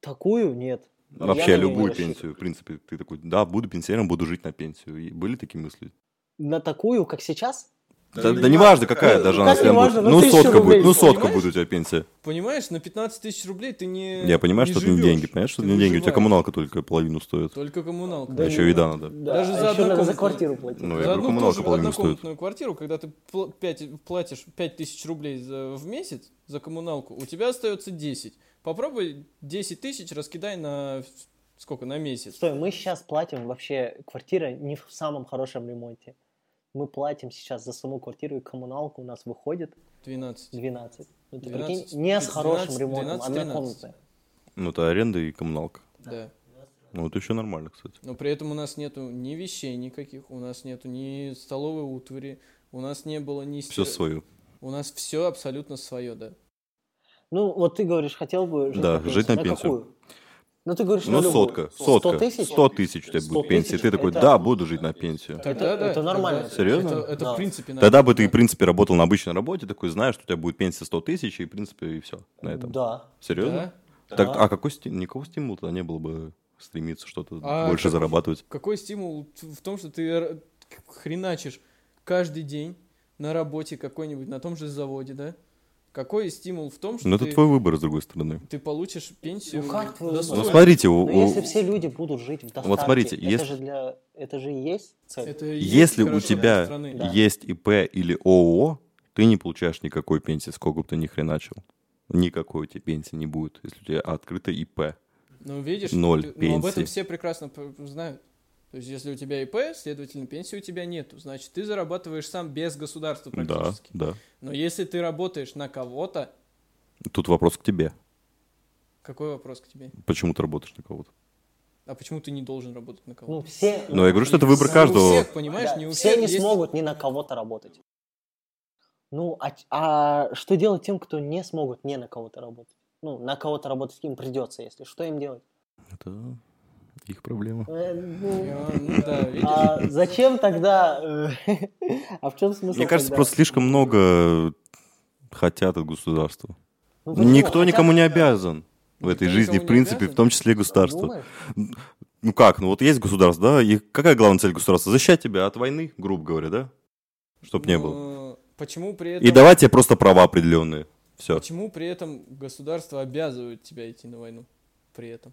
B: Такую нет. Ну, Я
A: Вообще
B: на неё не
A: любую
B: рассчитываю.
A: пенсию, в принципе, ты такой, да, буду пенсионером, буду жить на пенсию. И были такие мысли?
B: На такую, как сейчас?
A: Да, да неважно, какая
B: Ну,
A: даже
B: как
A: она всегда
B: неважно,
A: будет.
B: ну,
A: Ну,
B: тысяча
A: сотка
B: рублей,
A: будет, ну, сотка
C: понимаешь?
A: будет у тебя пенсия.
C: Понимаешь, на 15 тысяч рублей ты не
A: Я понимаю, что это не деньги,
C: живёшь,
A: понимаешь, что
C: ты
A: это не деньги. У тебя
C: выживаешь.
A: коммуналка только половину стоит.
C: Только коммуналка.
A: Да еще еда надо.
B: Да,
C: Даже
B: а
C: за
B: ещё надо за
C: однокомнатную.
B: квартиру платить.
A: Ну, я
C: за
A: говорю,
C: одну
A: коммуналка
C: тоже
A: половину стоит.
C: однокомнатную квартиру, когда ты пл- пять- платишь 5 тысяч рублей за, в месяц за коммуналку, у тебя остается 10. Попробуй 10 тысяч раскидай на в- сколько? На месяц.
B: Стой, мы сейчас платим вообще, квартира не в самом хорошем ремонте. Мы платим сейчас за саму квартиру и коммуналку у нас выходит
C: 12.
B: 12. Ну, ты
C: 12,
B: прикинь, не с
C: 12,
B: хорошим ремонтом, а
C: 12, 13.
B: однокомнатная.
A: Ну, это аренда и коммуналка.
C: Да.
A: Ну, это еще нормально, кстати.
C: Но при этом у нас нету ни вещей никаких, у нас нету ни столовой утвари, у нас не было ни...
A: Все
C: стир-
A: свое.
C: У нас все абсолютно свое, да.
B: Ну, вот ты говоришь, хотел бы жить
A: Да,
B: на пенсию.
A: жить на пенсию.
B: какую? Ну, ты говоришь, на
A: Ну,
B: любую.
A: сотка,
B: 100
A: сотка.
B: тысяч?
A: 100 тысяч у тебя
B: 100
A: будет пенсия. Ты
B: тысяч
A: такой,
B: это-
A: да, буду жить на пенсию.
C: Тогда да,
B: это
C: тогда-
B: нормально.
A: Серьезно?
C: Это, это
B: Да.
C: в принципе
A: Тогда
C: нормально.
A: бы ты, в принципе, работал на обычной работе, такой знаешь, что у тебя будет пенсия 100 тысяч, и, в принципе, и все на этом.
B: Да.
A: Серьезно?
C: Да?
A: Так,
B: Да.
A: а какой стимул? Никакого стимула тогда не было бы стремиться что-то
C: А
A: больше
C: какой-
A: зарабатывать.
C: Какой стимул т- в том, что ты р- хреначишь каждый день на работе какой-нибудь, на том же заводе, да? Какой стимул в том, что
A: Ну, это
C: ты,
A: твой выбор, с другой стороны.
C: ты получишь пенсию?
B: Ну, как твой
C: достойно?
A: Ну,
B: Ой,
A: смотрите, у-
B: Но если
A: у-
B: все люди будут жить в достатке,
A: смотрите,
B: это
A: если-
B: же для... Это же и есть цель.
C: Это и есть
A: если у
C: хорошо
A: тебя
C: для страны.
B: Да.
A: есть ИП или ООО, ты не получаешь никакой пенсии, сколько бы ты ни хреначил. Никакой у тебя пенсии не будет, если у тебя открыто ИП.
C: Ну, видишь,
A: Ноль
C: ты- ну, об
A: пенсии.
C: этом все прекрасно п- знают. То есть, если у тебя ИП, следовательно, пенсии у тебя нету. Значит, ты зарабатываешь сам без государства
A: Да,
C: практически.
A: да.
C: Но если ты работаешь на кого-то,
A: Тут вопрос к тебе.
C: какой вопрос к тебе?
A: Почему ты работаешь на кого-то?
C: А почему ты не должен работать на кого-то?
B: Ну, все...
A: Ну, я говорю, что это выбор
C: Не У
A: каждого.
C: всех, понимаешь,
B: Да,
C: не у
B: все
C: всех
B: не
C: есть-
B: смогут ни на кого-то работать. Ну, а, т- а что делать тем, кто не смогут ни на кого-то работать? ну, на кого-то работать им придется, если что им делать.
A: Это их проблема.
B: Э, ну,
C: А, ну да, видишь?
B: а зачем тогда? э, А в чем
C: Ну,
B: смысл?
A: Мне кажется,
B: тогда?
A: просто слишком много хотят от государства.
B: Ну, почему?
A: Никто
B: Хотя-
A: никому не обязан в
C: Никто
A: этой
C: никому
A: жизни,
C: не
A: в принципе,
C: обязан?
A: в том числе и государство.
B: Думаешь?
A: Ну как, ну вот есть государство, да, и какая главная цель государства? Защищать тебя от войны, грубо говоря, да? Чтоб не было.
C: Но Почему при этом...
A: И давать тебе просто права определенные. Все.
C: Почему при этом государство обязывает тебя идти на войну? При этом.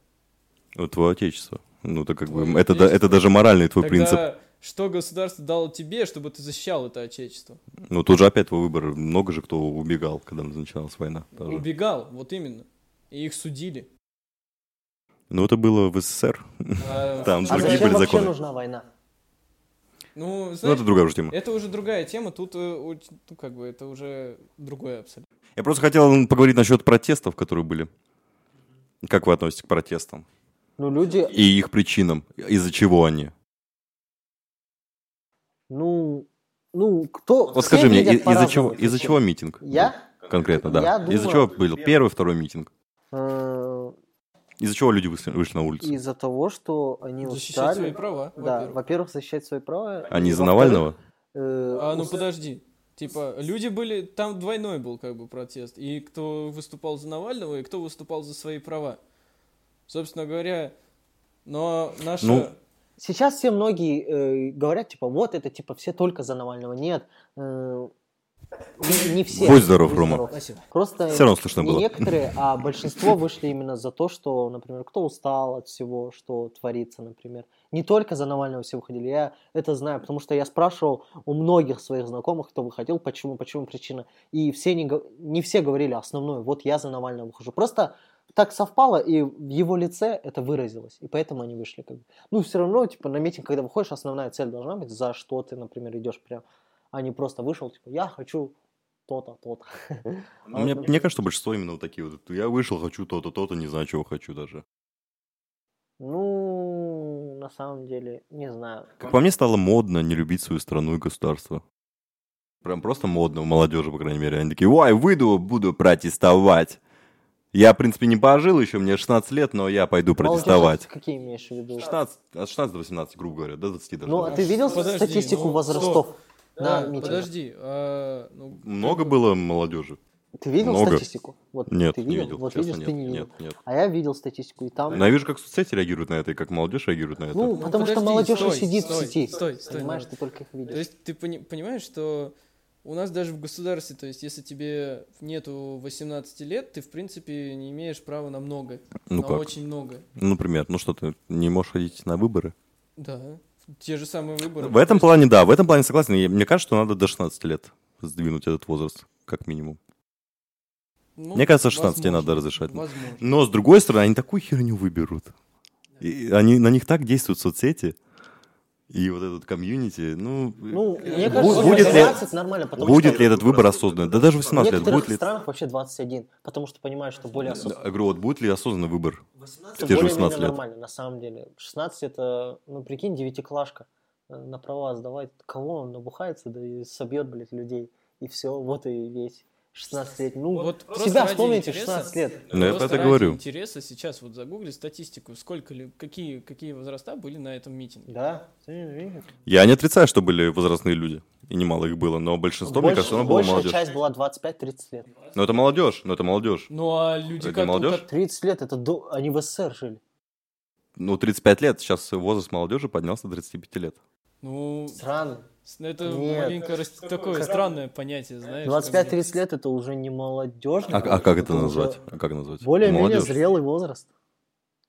A: Вот твое отечество. Ну, это как
C: Твое
A: бы, это, да-
C: отечество.
A: это даже моральный твой принцип.
C: Тогда что государство дало тебе, чтобы ты защищал это отечество?
A: Ну, тут же опять твой выбор. Много же кто убегал, когда начиналась война. тоже.
C: Убегал, вот именно. И их судили.
A: Ну, это было в СССР.
C: А,
A: Там
B: А
A: другие
B: зачем
A: были
B: вообще
A: законы.
B: нужна война?
C: Ну,
A: Ну,
C: знаешь,
A: это другая уже тема.
C: это уже другая тема, тут, э, очень- ну, как бы, это уже другое абсолютно.
A: Я просто хотел м, поговорить насчет протестов, которые были. Как вы относитесь к протестам?
B: Ну, люди,
A: И их причинам. Из-за чего они?
B: ну, ну, кто...
A: Вот
B: все
A: скажи мне,
B: видят
A: и- из-за
B: по-разному
A: чего,
B: это
A: из-за
B: всё.
A: чего митинг?
B: Я?
A: Конкретно, да.
B: Я
A: из-за чего
B: думаю-
A: был первый, второй митинг?
B: э,
A: Из-за чего люди вышли, вышли на улицу?
B: Из-за того, что они
C: Защищать
B: устали.
C: свои права,
B: Ну, Да,
C: во-первых.
B: во-первых, защищать свои права.
A: Они
B: и
A: из-за
B: во-вторых,
A: А Навального?
B: э,
C: А, ну
B: ус-
C: подожди. Типа, люди были, там двойной был как бы протест. И кто выступал за Навального, и кто выступал за свои права. Собственно говоря, но наша...
A: Ну,
B: Сейчас все многие э, говорят, типа, вот это, типа, все только за Навального. Нет, э, не, не все.
A: Будь здоров, Рома.
C: Спасибо.
B: Просто
A: Все равно слышно
B: не
A: было.
B: некоторые, а большинство вышли именно за то, что, например, кто устал от всего, что творится, например. Не только за Навального все выходили, я это знаю, потому что я спрашивал у многих своих знакомых, кто выходил, почему, почему причина. И все не, го- не все говорили основную, вот я за Навального выхожу. Просто так совпало, и в его лице это выразилось, и поэтому они вышли. Как бы. Ну, все равно, типа, на митинг, когда выходишь, основная цель должна быть, за что ты, например, идешь прям, а не просто вышел, типа, я хочу то-то, то-то.
A: Ну, Мне, мне кажется, что большинство именно вот такие вот. Я вышел, хочу то-то, то-то, не знаю, чего хочу даже.
B: Ну, на самом деле, не знаю.
A: Как по мне, стало модно не любить свою страну и государство. Прям просто модно у молодежи, по крайней мере. Они такие, ой, выйду, буду протестовать. Я, в принципе, не пожил еще, мне 16 лет, но я пойду
B: Молодежь,
A: протестовать.
B: Какие имеешь в виду?
A: 16, от 16 до 18, грубо говоря, до 20 даже.
B: Ну, а
A: наверное.
B: ты видел
C: Подожди,
B: статистику
C: ну,
B: возрастов на
C: Да,
B: митингах?
C: подожди. а, ну,
A: Много было молодежи?
B: Ты видел
A: Много.
B: статистику? Вот
A: Нет,
B: ты
A: не видел,
B: Вот
A: честно,
B: видишь, ты не
A: нет,
B: видел.
A: нет, нет.
B: А я видел статистику, и там...
A: Но я вижу, как соцсети реагируют на это, и как молодежь реагирует на это.
B: Ну,
C: Ну,
B: потому что
C: подожди,
B: молодежь и
C: стой,
B: сидит в
C: стой,
B: сети.
C: стой, стой,
B: Понимаешь,
C: да.
B: ты только их
C: То
B: видишь.
C: есть ты пони- понимаешь, что у нас даже в государстве, то есть если тебе нету 18 лет, ты в принципе не имеешь права на многое.
A: ну
C: на
A: как?
C: очень многое.
A: Ну, Например, ну что ты не можешь ходить на выборы?
C: Да. Те же самые выборы.
B: Ну,
A: В этом
C: То есть
A: плане, да, в этом плане согласен. И Мне кажется, что надо до 16 лет сдвинуть этот возраст, как минимум.
C: Ну,
A: Мне кажется, 16 тебе
C: возможно.
A: надо разрешать.
C: Возможно.
A: Но, с другой стороны, они такую херню выберут. И они, на них так действуют соцсети. И вот этот комьюнити, ну...
B: Ну, мне
A: Бу-
B: кажется,
A: будет ли-
B: 18 нормально, потому
A: будет
B: что
A: ли этот выбор осознанный? Да даже 18
B: в
A: лет будет
B: некоторых
A: ли...
B: странах вообще 21, потому что понимаешь, что более
A: Да,
B: осознанно.
A: Я говорю, вот будет ли осознанный выбор?
B: Это
A: те же
B: более-менее
A: 18 лет.
B: нормально, на самом деле. 16 это, ну прикинь, девятиклашка э, на права сдавать. Кого он набухается, да и собьет, блядь, людей. И все, вот и весь 16 лет. Ну,
C: Вот
B: вот
C: просто
B: себя
C: ради
B: вспомните,
C: интереса.
B: 16 лет.
A: Ну, я
C: Просто
A: про это
C: ради
A: говорю.
C: интереса сейчас вот загугли статистику, сколько ли, какие, какие возраста были на этом митинге.
B: Да. Ты
A: Я не отрицаю, что были возрастные люди. И немало их было, но большинство, мне кажется, оно было
B: большая
A: молодежь.
B: часть была 25-30 лет.
A: Но это молодежь, но это молодежь.
C: Ну а люди
A: Это
C: как-
A: молодежь?
C: как-
B: 30 лет, это до... они в СССР жили.
A: Ну, 35 лет, сейчас возраст молодежи поднялся до 35 лет.
C: Ну,
B: Странно.
C: с- это
B: Нет.
C: маленько рас- такое странное понятие, знаешь. как бы.
B: 25-30 лет это уже не молодежь.
A: А, а как это
B: уже
A: назвать? А как назвать?
B: Более-менее
A: Молодежь.
B: зрелый возраст.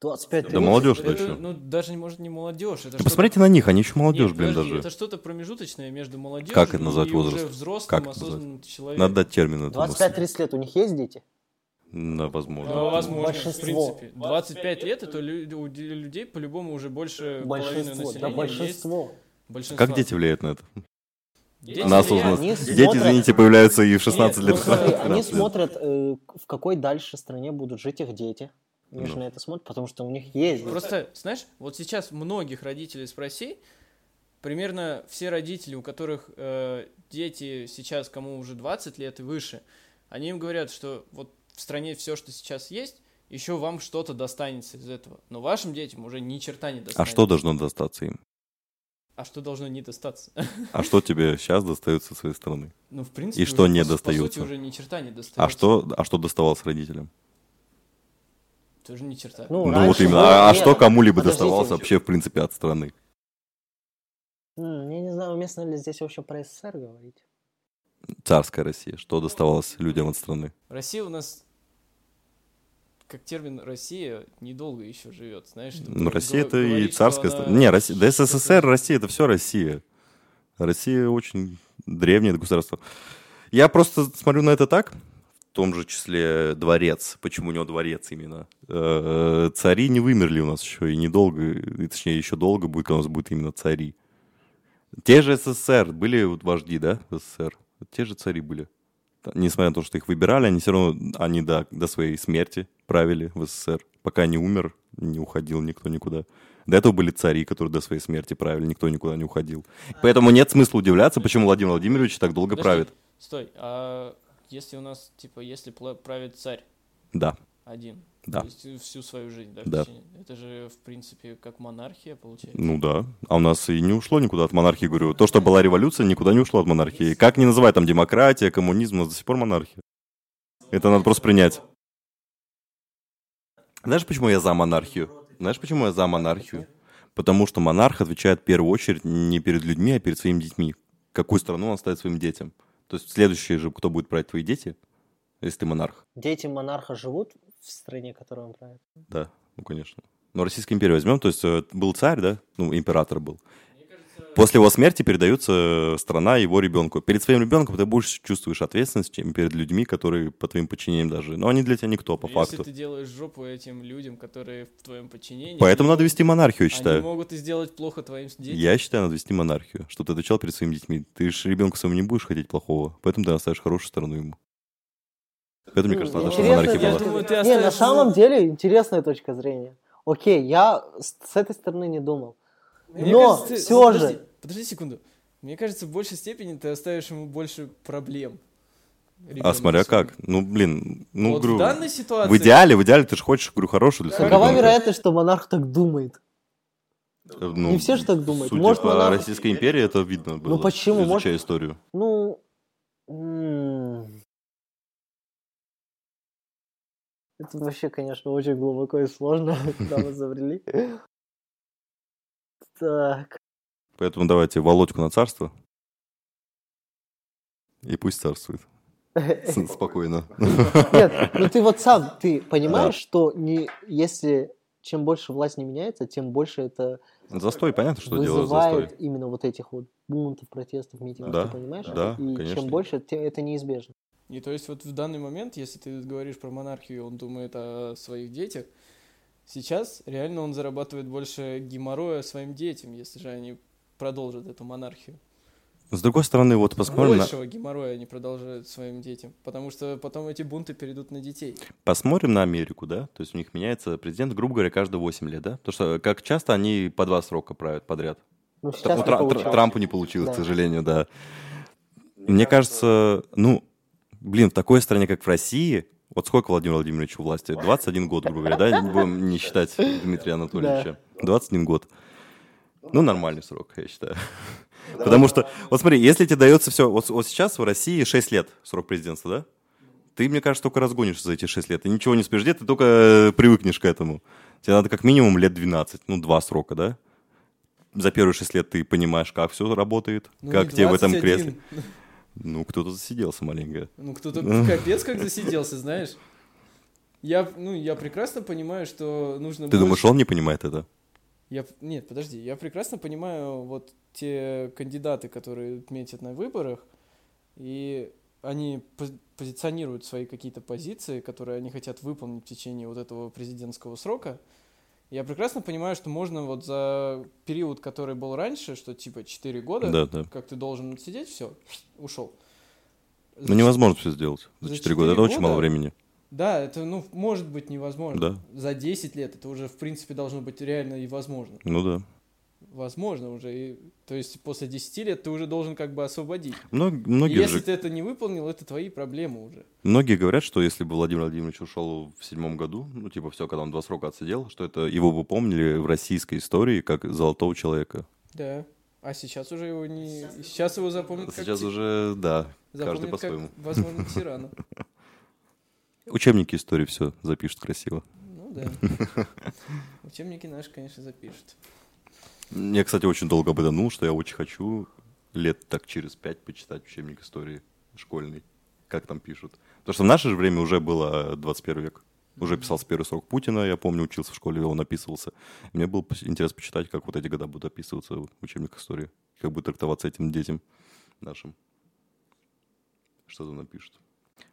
B: 25-30.
A: Да молодежь
C: Это,
A: точно.
C: ну, даже, может, не молодежь. Это
A: Да Ну, посмотрите на них, они еще молодежь, блин, даже.
C: Это что-то промежуточное между молодежью
A: Как это назвать
C: и
A: возраст?
C: уже взрослым,
A: Как это назвать?
C: осознанным человеком.
A: Надо дать термин этому.
B: 25-30 лет у них есть дети?
A: Да,
C: Да,
A: возможно.
C: возможно,
B: Большинство.
C: в принципе. 25 лет, это лю- у де- людей по-любому уже больше половины
B: Большинство,
C: э, населения
B: да
C: есть.
B: большинство.
C: Большинство.
A: Как дети влияют на это?
C: Дети
A: на
C: влияют.
A: осознанность.
B: Они
A: Дети,
B: смотрят-
A: извините, появляются и в 16
C: Нет,
A: лет.
C: ну,
A: в
B: Смотри,
A: 15
C: Да,
B: они
A: лет.
B: смотрят, э, в какой дальше стране будут жить их дети. Они же
A: Ну.
B: на это смотрят, потому что у них есть. дети.
C: Просто, знаешь, вот сейчас многих родителей спроси, примерно все родители, у которых э, дети сейчас, кому уже 20 лет и выше, они им говорят, что вот в стране все, что сейчас есть, еще вам что-то достанется из этого. Но вашим детям уже ни черта не
A: А
C: достанется.
A: что должно достаться им?
C: А что должно не достаться?
A: А что тебе сейчас достается со своей стороны?
C: Ну, в принципе,
A: И что
C: уже,
A: не
C: по су- По сути,
A: достается?
C: уже ни черта не достается.
A: А что, а что доставалось родителям?
C: Тоже ни черта.
A: Ну,
B: Ну,
A: вот
B: раньше
A: именно.
B: было-
A: А, а
B: нет,
A: что кому-либо
B: подождите,
A: доставалось
B: вы-
A: вообще, в принципе, от страны?
B: М, Я не знаю, уместно ли здесь вообще про СССР говорить.
A: Царская Россия. Что доставалось людям от страны?
C: Россия у нас как термин Россия недолго еще живет, знаешь? чтобы
A: Ну,
C: гов-
A: Россия это и
C: говорить, что
A: царская
C: она-
A: страна. Не, Россия, да СССР, Россия, это все Россия. Россия очень древнее государство. Я просто смотрю на это так, в том же числе дворец. Почему у него дворец именно? Э, Цари не вымерли у нас еще, и недолго, и, точнее, еще долго будет, когда у нас будут именно цари. Те же СССР были вот вожди, да, в СССР? Те же цари были. Та- Несмотря на то, что их выбирали, они все равно, они до, до своей смерти правили в СССР. Пока не умер, не уходил никто никуда. До этого были цари, которые до своей смерти правили, никто никуда не уходил. Поэтому нет смысла удивляться, почему Владимир Владимирович так долго
C: Подожди,
A: правит.
C: Стой, а если у нас, типа, если пла- правит царь
A: Да.
C: один,
A: Да.
C: то есть всю свою жизнь, да, в
A: Да.
C: течение- это же, в принципе, как монархия получается.
A: Ну да. А у нас и не ушло никуда от монархии, говорю. То, что была революция, никуда не ушло от монархии. Как не называй там демократия, коммунизм, у нас до сих пор монархия. Это надо просто принять. Знаешь, почему я за монархию? Знаешь, почему я за монархию? Потому что монарх отвечает в первую очередь не перед людьми, а перед своими детьми. Какую страну он ставит своим детям? То есть следующее же, кто будет править твои дети, если ты монарх?
B: Дети монарха живут в стране, которую он правит?
A: Да, ну конечно. Но Российская империя возьмем, то есть э, был царь, да, ну император был. После его смерти передается э, страна его ребенку. Перед своим ребенком ты больше чувствуешь ответственность, чем перед людьми, которые по твоим подчинениям даже. Но они для тебя никто, по
C: Ну, Если
A: факту.
C: ты делаешь жопу этим людям, которые в твоем подчинении,
A: Поэтому надо вести монархию, я
C: они
A: считаю.
C: могут и сделать плохо твоим детям.
A: Я считаю, надо вести монархию, чтобы ты отвечал перед своими детьми. Ты же ребенку своему не будешь хотеть плохого, поэтому ты оставишь хорошую сторону ему. Поэтому, мне кажется, надо, чтобы
B: интересно,
A: монархия
C: ну, Я
A: была.
C: думаю, ты
B: Не, на
C: оставишь-
B: самом деле интересная точка зрения. Окей, я с, с этой стороны не думал.
C: Мне
B: Но
C: кажется, ты-
B: всё
C: подожди,
B: же.
C: Подожди секунду. Мне кажется, в большей степени ты оставишь ему больше проблем.
A: А
C: ребёнку
A: смотря
C: своему.
A: как. Ну, блин, ну,
C: вот
A: говорю,
C: в данной ситуации...
A: в идеале, в идеале ты же хочешь, говорю, хорошую для своего
B: Какова
A: ребенка.
B: вероятность, что монарх так думает?
A: Э, ну,
B: Не все же так думают.
A: Судя
B: Может,
A: по
B: монарх-
A: Российской империи это видно было.
B: почему? Может-
A: Изучая историю.
B: Ну... м. Это вообще, конечно, очень глубоко и сложно, куда мы забрели. Так.
A: Поэтому давайте Володьку на царство. И пусть царствует. С- Спокойно.
B: Нет, ну ты вот сам, ты понимаешь, что не, если чем больше власть не меняется, тем больше это
A: Застой, понятно, что дело
B: вызывает
A: застой.
B: именно вот этих вот бунтов, протестов, митингов,
A: Да,
B: ты понимаешь?
A: да,
B: И
A: конечно.
B: чем больше, те- это неизбежно.
C: И то есть вот в данный момент, если ты говоришь про монархию, и он думает о своих детях, сейчас реально он зарабатывает больше геморроя своим детям, если же они продолжат эту монархию.
A: С другой стороны, вот посмотрим на,
C: Большего геморроя они продолжают своим детям, потому что потом эти бунты перейдут на детей.
A: посмотрим на Америку, да? То есть у них меняется президент, грубо говоря, каждые 8 лет, да? Потому что как часто они по два срока правят подряд.
B: Ну,
A: Тра-
B: сейчас
A: ну,
B: не
A: Тра- Тра-
B: получалось.
A: Трампу не получилось,
B: Да.
A: к сожалению, да. Мне кажется, ну, блин, в такой стране, как в России, вот сколько Владимир Владимирович у власти? 21 год, грубо говоря, да? Не будем не считать Дмитрия Анатольевича. 21 год. Ну, нормальный срок, я считаю. Потому что, вот смотри, если тебе дается все, вот, вот сейчас в России 6 лет срок президентства, да? Ты, мне кажется, только разгонишься за эти 6 лет. Ты ничего не успеешь делать, ты только э, привыкнешь к этому. Тебе надо как минимум лет 12, ну, два срока, да? За первые 6 лет ты понимаешь, как все работает,
C: Ну,
A: как
C: не
A: тебе в этом
C: 21.
A: кресле. Ну, кто-то засиделся маленько.
C: Ну, кто-то капец как засиделся, знаешь. Я, ну, я прекрасно понимаю, что нужно...
A: Ты
C: больше-
A: думаешь, он не понимает это?
C: Я, п- нет, подожди, я прекрасно понимаю вот те кандидаты, которые метят на выборах, и они пози- позиционируют свои какие-то позиции, которые они хотят выполнить в течение вот этого президентского срока. Я прекрасно понимаю, что можно вот за период, который был раньше, что типа 4 года,
A: Да, да.
C: как ты должен сидеть, все, ушел.
A: Ну, невозможно все сделать за
C: за
A: 4 года. Это
C: четыре
A: очень мало
C: года?
A: времени.
C: Да, это, ну, может быть невозможно.
A: Да.
C: За 10 лет это уже, в принципе, должно быть реально и возможно.
A: Ну да.
C: Возможно уже. И, то есть после 10 лет ты уже должен как бы освободить.
A: Мно-
C: И
A: многие,
C: если
A: же,
C: ты это не выполнил, это твои проблемы уже.
A: многие говорят, что если бы Владимир Владимирович ушел в седьмом году, ну, типа, все, когда он два срока отсидел, что это его бы помнили в российской истории как золотого человека.
C: Да. А сейчас уже его не... Сейчас его запомнят как...
A: Сейчас
C: ти-
A: уже, да, каждый
C: запомнят как,
A: по-своему.
C: Возможно, тирана.
A: Учебники истории все запишут красиво.
C: Ну да. Учебники наши, конечно, запишут.
A: Я, кстати, очень долго об этом думал, что я очень хочу лет так через пять почитать учебник истории школьный, как там пишут. Потому что в наше же время уже было э, 21 век. Уже писался первый срок Путина, я помню, учился в школе, он описывался. Мне было пос- интересно почитать, как вот эти года будут описываться в учебниках истории, как будут трактоваться этим детям нашим. Что там напишут.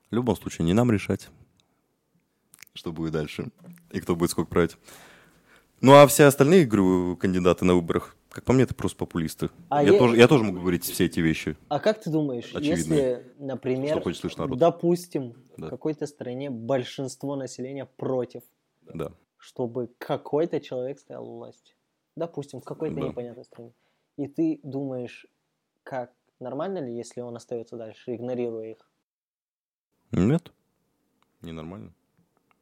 A: В любом случае, не нам решать, что будет дальше и кто будет сколько править. Ну а все остальные, говорю, кандидаты на выборах, как по мне, это просто популисты.
B: А
A: я,
B: е-
A: тоже, я тоже могу говорить все эти вещи.
B: А как ты думаешь,
A: Очевидно.
B: если, например,
A: Что хочет слышать народ.
B: допустим,
A: Да.
B: в какой-то стране большинство населения против,
A: Да.
B: чтобы какой-то человек стоял у власти? Допустим, в какой-то
A: Да.
B: непонятной стране. И ты думаешь, как нормально ли, если он остается дальше, игнорируя их?
A: Нет. Ненормально.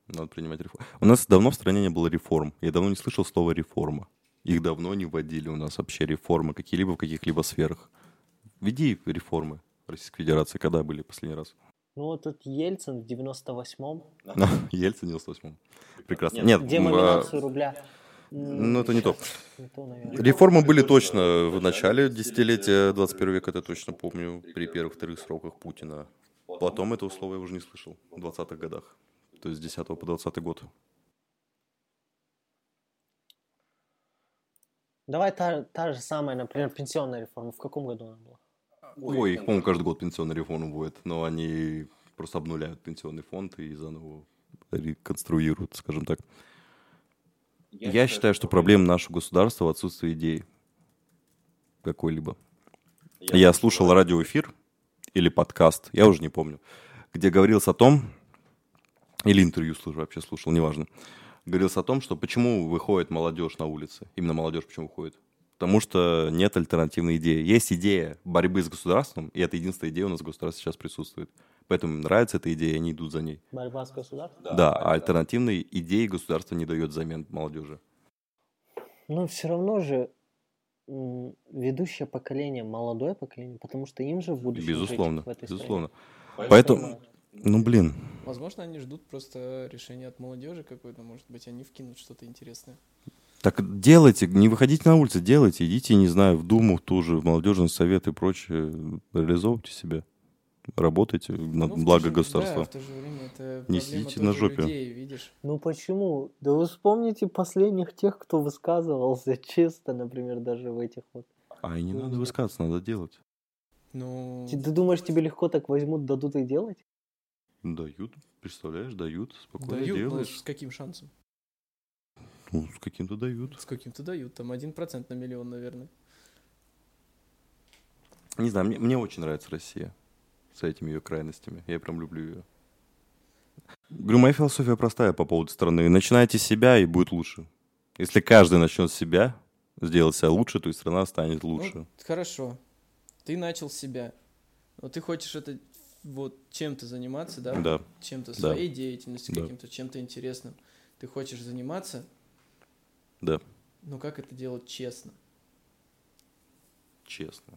A: Надо принимать реформы. У нас давно в стране не было реформ. Я давно не слышал слова реформа. Их давно не вводили у нас вообще реформы какие-либо в каких-либо сферах. Введи реформы в Российской Федерации, когда были последний раз?
B: Ну вот тут Ельцин в 98-м
A: Ельцин в 98 Прекрасно.
D: Нет,
A: Нет, м,
B: демоминацию
A: а,
B: рубля. М,
A: ну это не то.
B: щас Не то, наверное.
A: Реформы были точно
D: Точно,
A: в начале
D: точно.
A: десятилетия 21 века, это точно помню, при первых-вторых сроках Путина. Потом этого слова я уже не слышал в 20-х годах, то есть с 10 по 20 год.
B: Давай та, та же самая, например, пенсионная реформа. В каком году она была?
A: Ой, их, по-моему, каждый год пенсионная реформа будет, но они просто обнуляют пенсионный фонд и заново реконструируют, скажем так. Я считаю, что проблема нашего государства в отсутствии идеи какой-либо. Я слушал радиоэфир или подкаст, я уже не помню, где говорилось о том, или интервью слушал, вообще слушал, неважно, говорилось о том, что почему выходит молодежь на улицы, именно молодежь почему выходит. Потому что нет альтернативной идеи. Есть идея борьбы с государством, и это единственная идея у нас в государстве сейчас присутствует. Поэтому им нравится эта идея, и они идут за ней.
B: Борьба с государством?
A: Да, а альтернативной идеи государство не дает взамен молодежи.
B: Но все равно же м, ведущее поколение, молодое поколение, потому что им же в будущем жить
A: Безусловно,
B: в этой стране.
A: безусловно. Поэтому, ну блин,
C: Возможно, они ждут просто решения от молодежи какой-то. Может быть, они вкинут что-то интересное.
A: Так делайте, не выходите на улицы, делайте, идите, не знаю, в Думу ту же, в молодежный совет и прочее, реализовывайте себя, работайте на
C: Ну, в то
A: благо
C: же-
A: государства.
C: Да, в то же время это
A: Не
C: проблема
A: сидите на
C: тоже
A: жопе.
C: людей, видишь.
B: Ну почему? Да вы вспомните последних тех, кто высказывался чисто, например, даже в этих вот.
A: А и не надо высказываться, надо делать.
C: Ну,
B: Ти- Ты думаешь, тебе легко так возьмут, дадут и делать?
A: Дают, представляешь, дают, спокойно
C: дают, ну,
A: делаешь.
C: с каким шансом?
A: Ну, с каким-то дают.
C: С каким-то дают. Там 1% на миллион, наверное.
A: Не знаю, мне, мне очень нравится Россия с этими ее крайностями. Я прям люблю ее. Говорю, моя философия простая по поводу страны. Начинайте с себя, и будет лучше. Если каждый начнет с себя, сделать себя лучше, то и страна станет лучше.
C: Ну, хорошо. Ты начал с себя. Но ты хочешь это вот чем-то заниматься, да?
A: да.
C: Чем-то
A: Да.
C: своей деятельностью,
A: Да.
C: каким-то чем-то интересным. Ты хочешь заниматься,
A: Да,
C: но как это делать честно?
A: честно.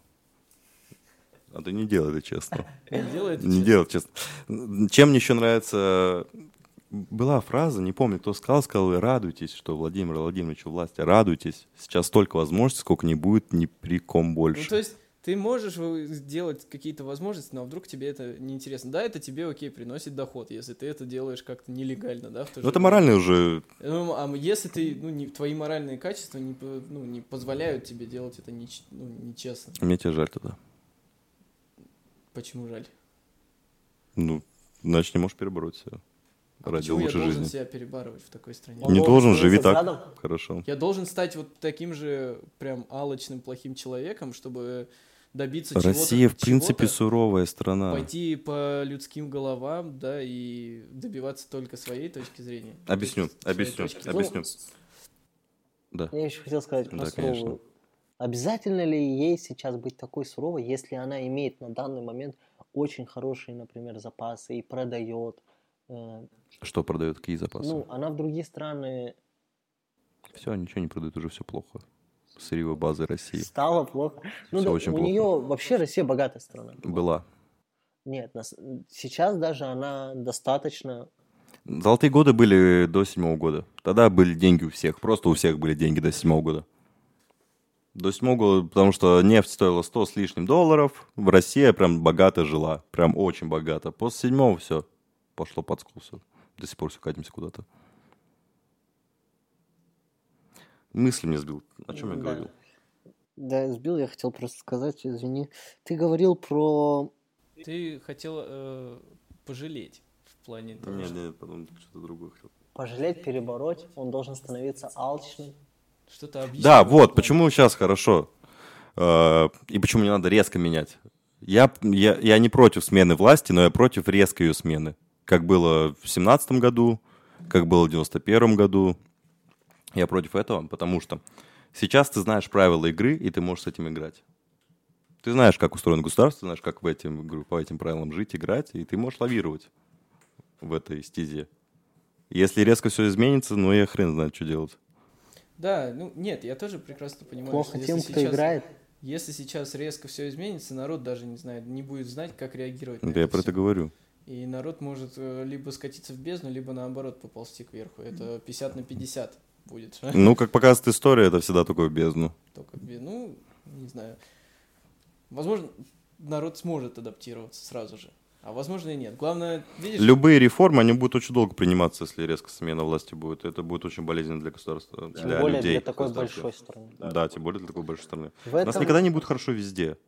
A: А ты не делай это честно.
C: Не делай это
A: Не
C: честно.
A: делай честно. Чем мне еще нравится... Была фраза, не помню, кто сказал, сказал, радуйтесь, что Владимир Владимирович у власти, а радуйтесь. Сейчас столько возможностей, сколько не будет ни при ком больше.
C: Ну, то есть ты можешь вы- сделать какие-то возможности, но вдруг тебе это неинтересно. Да, это тебе, окей, приносит доход, если ты это делаешь как-то нелегально, да? в то
A: Ну,
C: же
A: это
C: время.
A: морально уже...
C: Ну, а если ты, ну, не, твои моральные качества не, по- ну, не позволяют тебе делать это неч- ну, нечестно,
A: Мне тебя жаль тогда.
C: почему жаль?
A: Ну, значит, не можешь перебороть себя.
C: А
A: Ради
C: почему я
A: лучшей
C: должен
A: жизни.
C: себя перебарывать в такой стране?
B: Он
A: Не должен, живи
B: становиться
A: так.
B: гадом?
A: Хорошо.
C: Я должен стать вот таким же прям алочным, плохим человеком, чтобы добиться чего-то.
A: Россия, в принципе,
C: чего-то,
A: суровая страна.
C: пойти по людским головам, да, и добиваться только своей точки зрения. Ну,
A: Объясню,
C: То есть своей
A: объясню,
C: точки зрения.
A: объясню.
B: Я еще хотел сказать про
A: Да,
B: суровую.
A: конечно.
B: Обязательно ли ей сейчас быть такой суровой, если она имеет на данный момент очень хорошие, например, запасы и продает? э,
A: Что продает, какие запасы?
B: Ну, она в другие страны
A: Все, ничего не продают, уже все плохо. Сырьевой базы России
B: стало плохо. Ну,
A: Всё
B: да,
A: очень
B: у
A: плохо.
B: нее вообще Россия богатая страна.
A: была.
B: Нет, нас- сейчас даже она достаточно...
A: Золотые годы были до седьмого года. Тогда были деньги у всех. Просто у всех были деньги до седьмого года. До седьмого года, потому что нефть стоила 100 с лишним долларов. В России прям богато жила. Прям очень богато. После седьмого все пошло под скос. всё. До сих пор все катимся куда-то. Мысли мне сбил. О чем я
B: Да.
A: говорил?
B: Да, сбил, я хотел просто сказать, извини. Ты говорил про...
C: Ну, Ты хотел э, пожалеть в плане того,
A: Нет,
C: что-
A: нет, потом что-то другое хотел.
B: Пожалеть, перебороть, он должен становиться алчным.
C: что-то объяснить.
A: Да, вот, почему сейчас хорошо. Э, И почему не надо резко менять. Я, я, я не против смены власти, но я против резкой ее смены. Как было в семнадцатом году, как было в 91 году. Я против этого, потому что сейчас ты знаешь правила игры, и ты можешь с этим играть. Ты знаешь, как устроено государство, ты знаешь, как в этим, игру- по этим правилам жить, играть, и ты можешь лавировать в этой стезе. Если резко все изменится, ну я хрен знает, что делать.
C: Да, ну нет, я тоже прекрасно понимаю,
B: Плохо
C: что
B: тем,
C: если
B: кто
C: сейчас-
B: играет.
C: Если сейчас резко все изменится, народ даже не знает, не будет знать, как реагировать. на
A: Да я про
C: всё.
A: это говорю.
C: И народ может э, либо скатиться в бездну, либо наоборот поползти кверху. Это 50 на 50 будет.
A: Ну, как показывает история, это всегда такое бездну.
C: Только, блин, ну, не знаю. Возможно, народ сможет адаптироваться сразу же. А возможно и нет. Главное, видишь,
A: Любые реформы, они будут очень долго приниматься, если резко смена власти будет. Это будет очень болезненно для государства,
B: Тем
A: для
B: более
A: людей.
B: для такой
A: государства.
B: большой страны.
A: Да, тем более для такой большой страны.
B: В
A: У нас
B: этом
A: никогда не будет хорошо везде.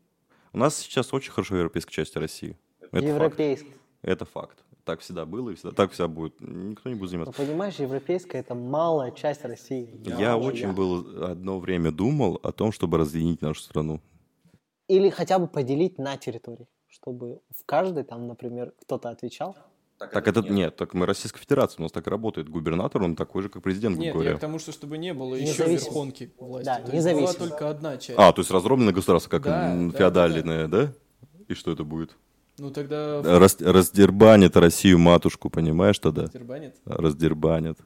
A: У нас сейчас очень хорошо в европейской части России. Это факт.
B: европейский.
A: Это факт. Так всегда было и всегда так всегда будет. Никто не будет
B: Ну,
A: заниматься.
B: понимаешь, европейская это малая часть России.
A: Я очень был одно время думал о том, чтобы разъединить нашу страну.
B: Или хотя бы поделить на территории, чтобы в каждой там, например, кто-то отвечал.
A: Так это нет, так мы Российская Федерация, у нас так работает. Губернатор, он такой же, как президент, грубо
C: нет,
A: говоря.
C: я к тому, что чтобы не было еще
B: Независимость.
C: верхонки власти.
B: Да,
C: То есть была
B: независимость.
C: только одна часть.
A: А, то есть разгромленное государство, как
C: Да,
A: м,
C: да,
A: феодальное, да, И что это будет?
C: Ну тогда
A: Раз- раздербанит Россию матушку, понимаешь тогда?
C: Дербанит.
A: Раздербанит.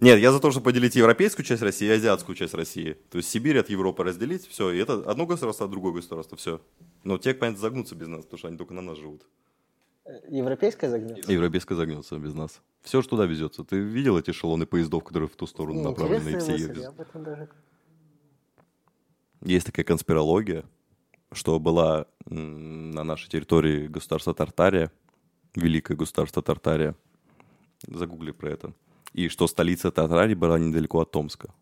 A: Нет, я за то, чтобы поделить европейскую часть России и азиатскую часть России. То есть Сибирь от Европы разделить, все, и это одно государство, а другое государство, все. Но те, понятно, загнутся без нас, потому что они только на нас живут.
B: Э, Европейская загнется.
A: Европейская загнется без нас. Все, что туда везется. Ты видел эти эшелоны поездов, которые в ту сторону направлены, и
B: Интересная
A: все
B: мысль,
A: ездят?
B: я об этом даже-
A: Есть такая конспирология, что была м, на нашей территории государство Тартария, великое государство Тартария. Загугли про это. И что столица Тартарии была недалеко от Томска.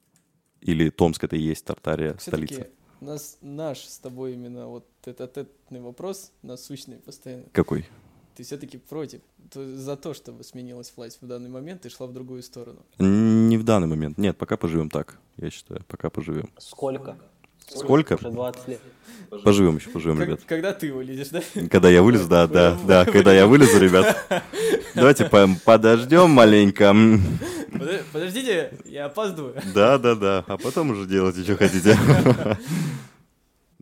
A: Или Томск это и есть Тартария,
C: Все-таки
A: столица.
C: нас, наш с тобой именно вот этот тетный вопрос, насущный постоянно.
A: Какой?
C: Ты все-таки против, то- за то, чтобы сменилась власть в данный момент и шла в другую сторону.
A: Н- Не в данный момент. Нет, пока поживем так, я считаю. Пока поживем.
B: Сколько?
A: Сколько?
B: Уже 20 лет.
A: Поживем еще, поживем,
C: Как-
A: ребят.
C: когда ты вылезешь, да?
A: Когда я вылезу, да, да, да, когда я вылезу, ребят. Давайте по- подождем маленько. М.
C: Подо- Подождите, я опаздываю.
A: Да, да, да. А потом уже делайте, что хотите.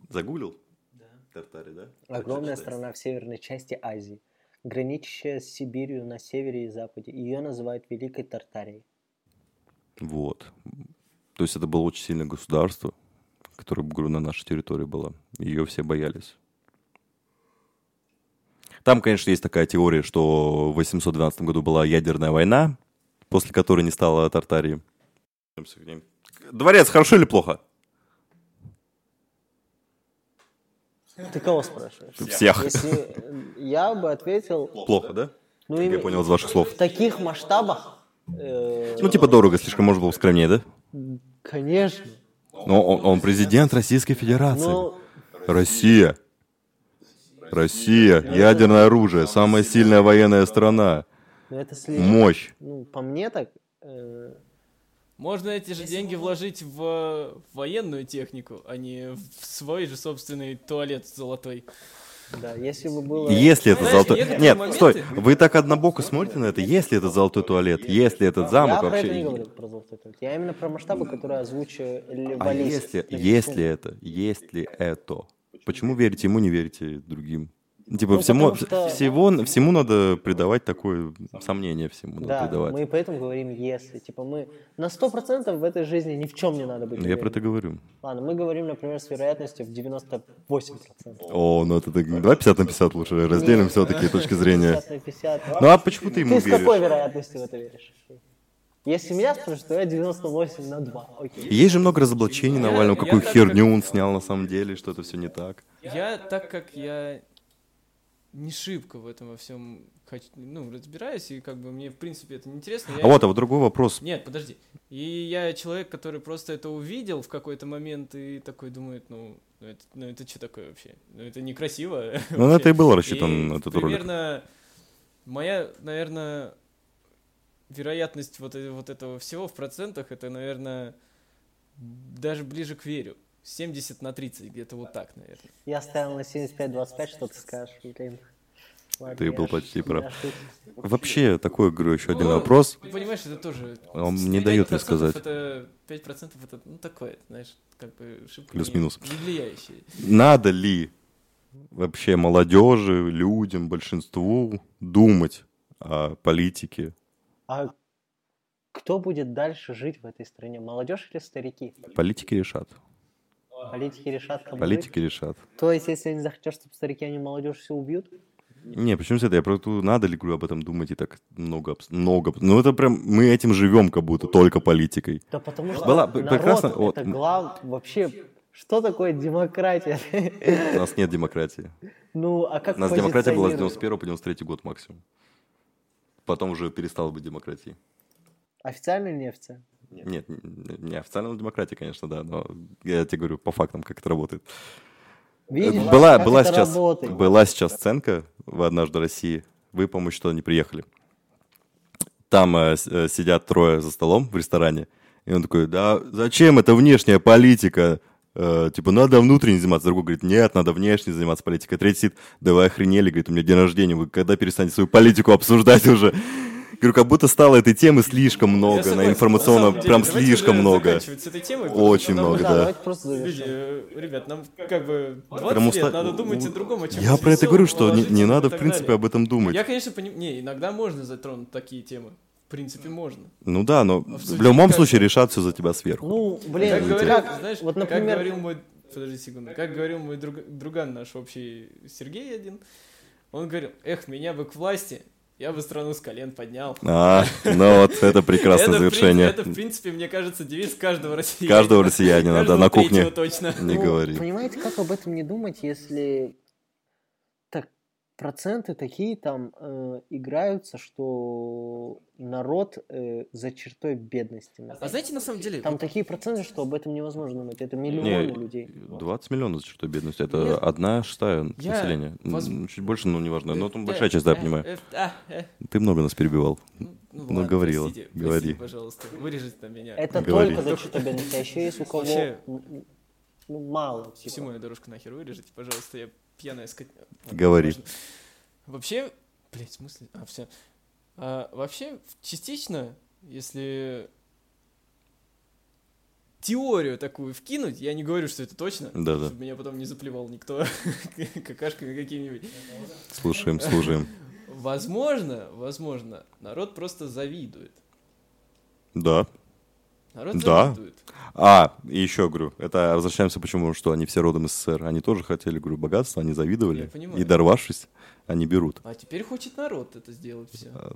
A: Загуглил? Да. Тартария, да?
B: Огромная страна в северной части Азии, граничащая с Сибирью на севере и западе. Ее называют Великой Тартарией.
A: Вот. То есть это было очень сильное государство, которое, говорю, на нашей территории было. Ее все боялись. Там, конечно, есть такая теория, что в 812 году была ядерная война, после которой не стало Тартарии. Дворец хорошо или плохо?
B: Ты кого спрашиваешь?
A: Всех.
B: Если э, я бы ответил,
A: Плохо, да?
B: ну
A: Как Я
B: именно
A: понял из ваших слов.
B: в таких масштабах, э,
A: Ну, типа дорого слишком, может было скромнее, да?
B: конечно,
A: Но он, он президент Российской Федерации.
B: но
A: Россия. Россия. Ядерное оружие. Самая сильная военная страна.
B: но это слишком.
A: Мощь.
B: Ну, по мне так, э,
C: Можно эти же деньги вложить э, в военную технику, а не в свой же собственный туалет золотой.
B: Да, если бы было...
A: Если это
C: Знаешь,
A: золотой...
C: некоторые
A: Нет,
C: моменты-
A: стой, вы так однобоко смотрите на это. Если это золотой туалет, если этот
B: я
A: замок
B: про это не
A: вообще...
B: говорил про золотой туалет. Я именно про масштабы, которые озвучили
A: А
B: Валис.
A: если,
B: Таких
A: если
B: сумм.
A: это, если это, почему верите ему, не верите другим? Ну, Типа
B: Ну,
A: всему,
B: потому что-
A: всего, всему надо придавать такое сомнение всему надо
B: Да,
A: ну, придавать.
B: мы поэтому говорим «если». Типа мы на 100% в этой жизни ни в чем не надо быть
A: Ну, я про
B: уверенным.
A: это говорю.
B: Ладно, мы говорим, например, с вероятностью в 98%.
A: О, ну это так, давай 50 на 50 лучше, разделим все-таки точки зрения.
B: 50 на 50.
A: Ну а почему ты ему
B: Ты с какой
A: веришь?
B: вероятностью в это веришь? Если меня спрашивают, то я 98 на 2. Окей.
A: Есть же много разоблачений Навального,
C: я
A: какую
C: так
A: херню он снял на самом деле, что это все не так.
C: Я, так как я не шибко в этом во всем хоч- ну, разбираюсь, и как бы мне, в принципе, это не интересно. я-
A: А вот, а вот другой вопрос.
C: Нет, подожди. И я человек, который просто это увидел в какой-то момент и такой думает, ну, ну это, ну это что такое вообще? Ну это некрасиво.
A: Ну, на
C: вообще.
A: это и был рассчитан
C: И
A: этот ролик.
C: примерно моя, наверное, вероятность вот, э- вот этого всего в процентах, это, наверное, даже ближе к верю. 70 на 30, где-то вот так, наверное.
B: Я ставил на 75-25, что ты скажешь, блин. Ладно,
A: Ты
B: я
A: был
B: ш-
A: почти
B: я
A: прав.
B: шутил.
A: Вообще, такой, говорю, еще один
C: Ну,
A: вопрос.
C: Ты понимаешь, это тоже...
A: Он
C: с
A: не
C: 5%
A: дает рассказать.
C: Это 5% это, ну, такое, знаешь, как бы шибко не-
A: Плюс-минус.
C: Не влияющее.
A: Надо ли вообще молодежи, людям, большинству думать о политике?
B: А кто будет дальше жить в этой стране? Молодежь или старики?
A: Политики решат.
B: Политики решат, кому
A: Политики решат.
B: жить? То есть, если они захотят, чтобы старики, они молодежь все убьют?
A: Не, почему все это? Я про то, надо ли, говорю, об этом думать и так много, обс- много. обс- Ну, это прям, мы этим живем как будто, только политикой.
B: Да потому что
A: Была
B: народ
A: прекрасно-
B: это
A: вот, м-
B: глав... Вообще, что такое демократия?
A: У нас нет демократии.
B: Ну, а как
A: У нас демократия была с
B: позиционируют?
A: 91 по 93 год максимум. Потом уже перестала быть демократией.
B: Официально или не официально?
A: Нет, н- н- не официально демократия, конечно, да, но я тебе говорю по фактам, как это работает.
B: Видишь,
A: была,
B: как
A: была,
B: это
A: сейчас,
B: работает?
A: была сейчас сценка в «Однажды России». Вы, по-моему, что не приехали. Там э, с- э, сидят трое за столом в ресторане. И он такой, да зачем это внешняя политика? Э, типа, надо внутренне заниматься. Другой говорит, нет, надо внешне заниматься политикой. Третий сидит, да вы охренели, говорит, у меня день рождения, вы когда перестанете свою политику обсуждать уже? Говорю, как будто стало этой темы слишком
C: Я
A: много, на
C: согласен.
A: информационно
C: самом деле,
A: прям
C: давайте
A: слишком
C: уже
A: много.
C: заканчивать с этой темой, потому
A: Очень
C: что нам
A: много,
B: Да,
C: уже-
A: да.
B: давайте просто
C: Люди,
B: завершим.
C: э, ребят, нам как бы 20
A: Потому
C: лет,
A: что-
C: надо думать о другом, о чем
A: Я про это говорю, что не, не надо, в принципе, об этом думать.
C: Я, конечно, понимаю, не, иногда можно затронуть такие темы. В принципе, можно.
A: Ну да, но в
C: Обсудить
A: любом
C: как-то.
A: случае решат все за тебя сверху.
B: Ну,
C: Как
B: блин,
C: говорил,
B: как,
C: знаешь,
B: вот,
C: как
B: например,
C: говорил мой, подожди секунду, как говорил мой друг- друган наш общий Сергей один, он говорил, эх, меня бы к власти, я бы страну с колен поднял.
A: А, ну вот это прекрасное
C: это, в принципе-
A: завершение.
C: это, в принципе, мне кажется, девиз каждого россиянина.
A: Каждого россиянина, да,
C: Каждого
A: на кухне.
C: третьего точно.
A: Не
B: ну,
A: говори.
B: понимаете, как об этом не думать, если так проценты такие там э, играются, что народ э, за чертой бедности.
C: А знаете, на самом деле,
B: Там такие проценты, что об этом невозможно думать. Это миллионы
A: Не,
B: людей.
A: 20 миллионов за чертой бедности. Это
C: Нет.
A: одна шестая
C: Я-
A: населения. М,
C: воз-
A: Чуть больше, но неважно. Но Ну, там
C: Э,
A: большая часть, да, я
C: э,
A: понимаю.
C: э, а, э,
A: Ты много нас перебивал.
C: Ну, ну
A: Ну,
C: ладно,
A: говорила,
C: простите, простите,
A: говори.
C: пожалуйста, вырежите на меня.
B: Это
A: Говори.
B: только за чертой бедности. А еще есть у кого
C: Вообще-
B: м, ну, мало. типа.
C: Всю мою дорожку нахер вырежите, пожалуйста, я пьяная скот... Ладно,
A: Говори.
C: неважно. Вообще, блять, в смысле? А, все. вообще, частично, если теорию такую вкинуть, я не говорю, что это точно,
A: Да-да.
C: чтобы меня потом не заплевал никто какашками какими-нибудь.
A: Слушаем, слушаем.
C: Возможно, возможно, народ просто завидует.
A: Да.
C: Народ
A: Да.
C: завидует.
A: А, и еще, говорю, это возвращаемся почему, что они все родом из СССР. Они тоже хотели, говорю, богатства, они
C: Я
A: завидовали.
C: понимаю.
A: И дорвавшись, они берут.
C: А теперь хочет народ это сделать все.
A: А,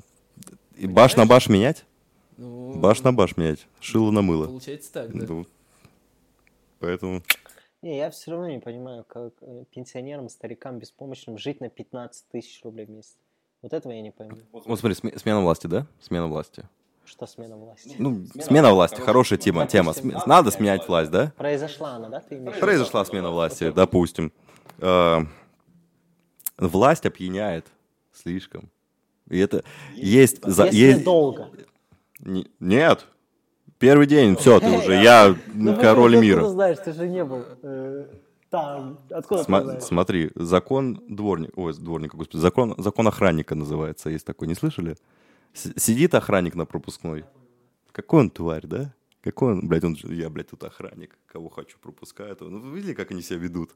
A: И баш на баш менять?
C: Ну,
A: Баш на баш менять. Шило на мыло.
C: Получается так, да.
A: Ну, Поэтому...
B: Не, я все равно не понимаю, как э, пенсионерам, старикам, беспомощным жить на 15 тысяч рублей в месяц. Вот этого я не пойму.
A: Вот смотри, сме- смена власти, да? Смена власти.
B: Что смена власти?
A: Ну, смена власти, хорошая тема. Тема.
B: Допустим,
A: Сме- Надо сменять власть, да?
B: Произошла она, да? Ты имеешь в виду?
A: Произошла смена власти, допустим. Э, Власть опьяняет слишком. И это есть... за-
B: Если
A: есть-
B: долго.
A: Не- Нет. Первый день, все, ты
B: Эй,
A: уже, я
B: Ну,
A: король
B: ты же
A: мира.
B: откуда знаешь, ты же не был э, Там, откуда ты
A: Сма-
B: знаешь?
A: смотри, закон дворника, ой, дворника, господи, закон, закон охранника называется, есть такой, не слышали? С- сидит охранник на пропускной. Какой он тварь, да? Какой он, блядь, он, же- я, блядь, тут охранник, кого хочу пропускаю. Ну, вы видели, как они себя ведут?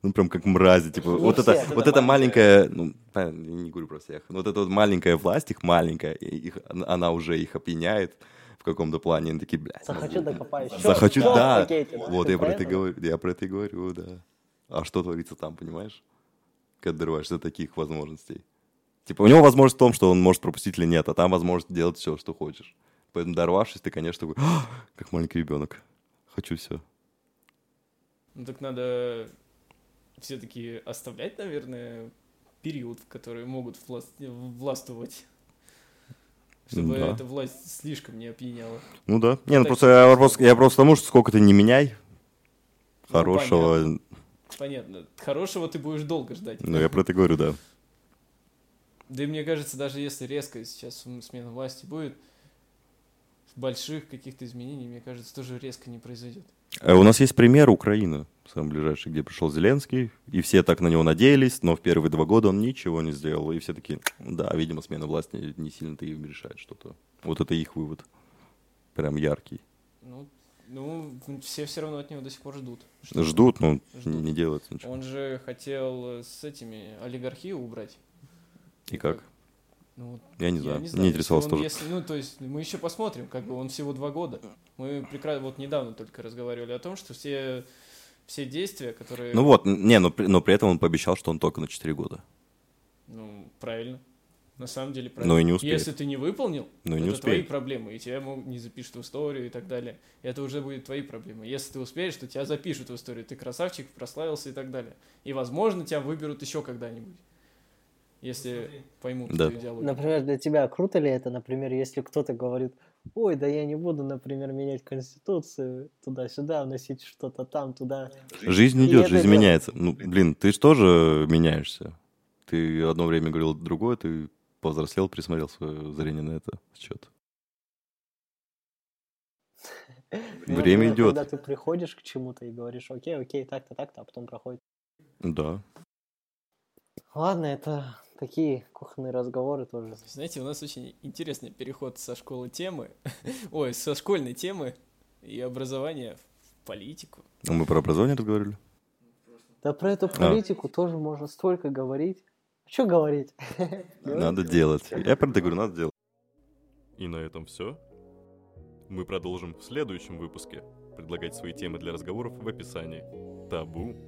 A: Ну, прям как мрази, типа,
B: Ну,
A: вот
B: все,
A: это,
B: это
A: вот это маленькая, ну, понятно, я не говорю про всех, но вот эта вот маленькая власть, их маленькая, и их, она уже их опьяняет в каком-то плане, они такие, блядь, ну,
B: Захочу, докопаюсь. Чёрт-
A: Захочу,
B: чёрт
A: да.
B: пакетик.
A: Вот
B: Ты
A: я про
B: про
A: это
B: это?
A: говорю, я про это и говорю, да. А что творится там, понимаешь? Когда дорываешься до таких возможностей. Типа, у него возможность в том, что он может пропустить или нет, а там возможность делать все, что хочешь. Поэтому, дорвавшись, ты, конечно, такой, «А, как маленький ребенок. Хочу все.
C: Ну так надо все-таки оставлять, наверное, период, в который могут влас- властвовать. Чтобы
A: Да.
C: эта власть слишком не опьяняла.
A: Ну да. Не, ну
C: Так.
A: просто я просто, я просто тому, что сколько ты не меняй,
C: Ну,
A: хорошего.
C: понятно.
A: Ну,
C: Понятно. Хорошего ты будешь долго ждать.
A: я про это говорю, да.
C: Да и мне кажется, даже если резко сейчас м- смена власти будет, больших каких-то изменений, мне кажется, тоже резко не произойдет.
A: Э, У нас есть пример Украины, самый ближайший, где пришел Зеленский, и все так на него надеялись, но в первые два года он ничего не сделал, и все такие, да, видимо, смена власти не сильно-то им решает что-то. Вот это их вывод. Прям яркий.
C: Ну, ну, все все равно от него до сих пор ждут. Что-
A: Ждут, но
C: Ждут.
A: не делается ничего.
C: Он же хотел э, с этими олигархию убрать.
A: И как?
C: Ну, вот
A: Я не знаю.
C: Я не
A: Мне интересовался
C: если он-
A: тоже.
C: если- ну, то есть мы еще посмотрим, как бы он всего два года. Мы прекрасно, вот недавно только разговаривали о том, что все, все действия, которые...
A: Ну вот, н- не, но при, но при этом он пообещал, что он только на 4 года.
C: Ну, правильно. На самом деле правильно.
A: Ну, и не успеет.
C: Если ты не выполнил,
A: Ну и
C: это
A: не
C: твои
A: успеет.
C: проблемы, и тебя могут не запишут в историю и так далее. Это уже будет твои проблемы. Если ты успеешь, то тебя запишут в историю. Ты красавчик, прославился и так далее. И, возможно, тебя выберут еще когда-нибудь. Если поймут
A: Да.
C: твою идеологию.
B: Например, для тебя круто ли это, например, если кто-то говорит, ой, да я не буду, например, менять конституцию туда-сюда, вносить что-то там, туда.
A: Жизнь
B: И
A: идет,
B: это
A: жизнь
B: дело.
A: меняется. Ну, блин, ты же тоже меняешься. Ты одно время говорил другое, ты повзрослел, присмотрел свое зрение на это счет.
B: Ну,
A: Время
B: например,
A: идет.
B: Когда ты приходишь к чему-то и говоришь, окей, окей, так-то, так-то, а потом проходит.
A: Да.
B: Ладно, это такие кухонные разговоры тоже.
C: Знаете, у нас очень интересный переход со школы темы, ой, со школьной темы и образования в политику.
A: А мы про образование разговаривали?
B: Да про
A: А.
B: эту политику тоже можно столько говорить. Что говорить? Ну,
A: Надо делать. Я про это говорю, надо делать. И на этом все. Мы продолжим в следующем выпуске. Предлагать свои темы для разговоров в описании. Табу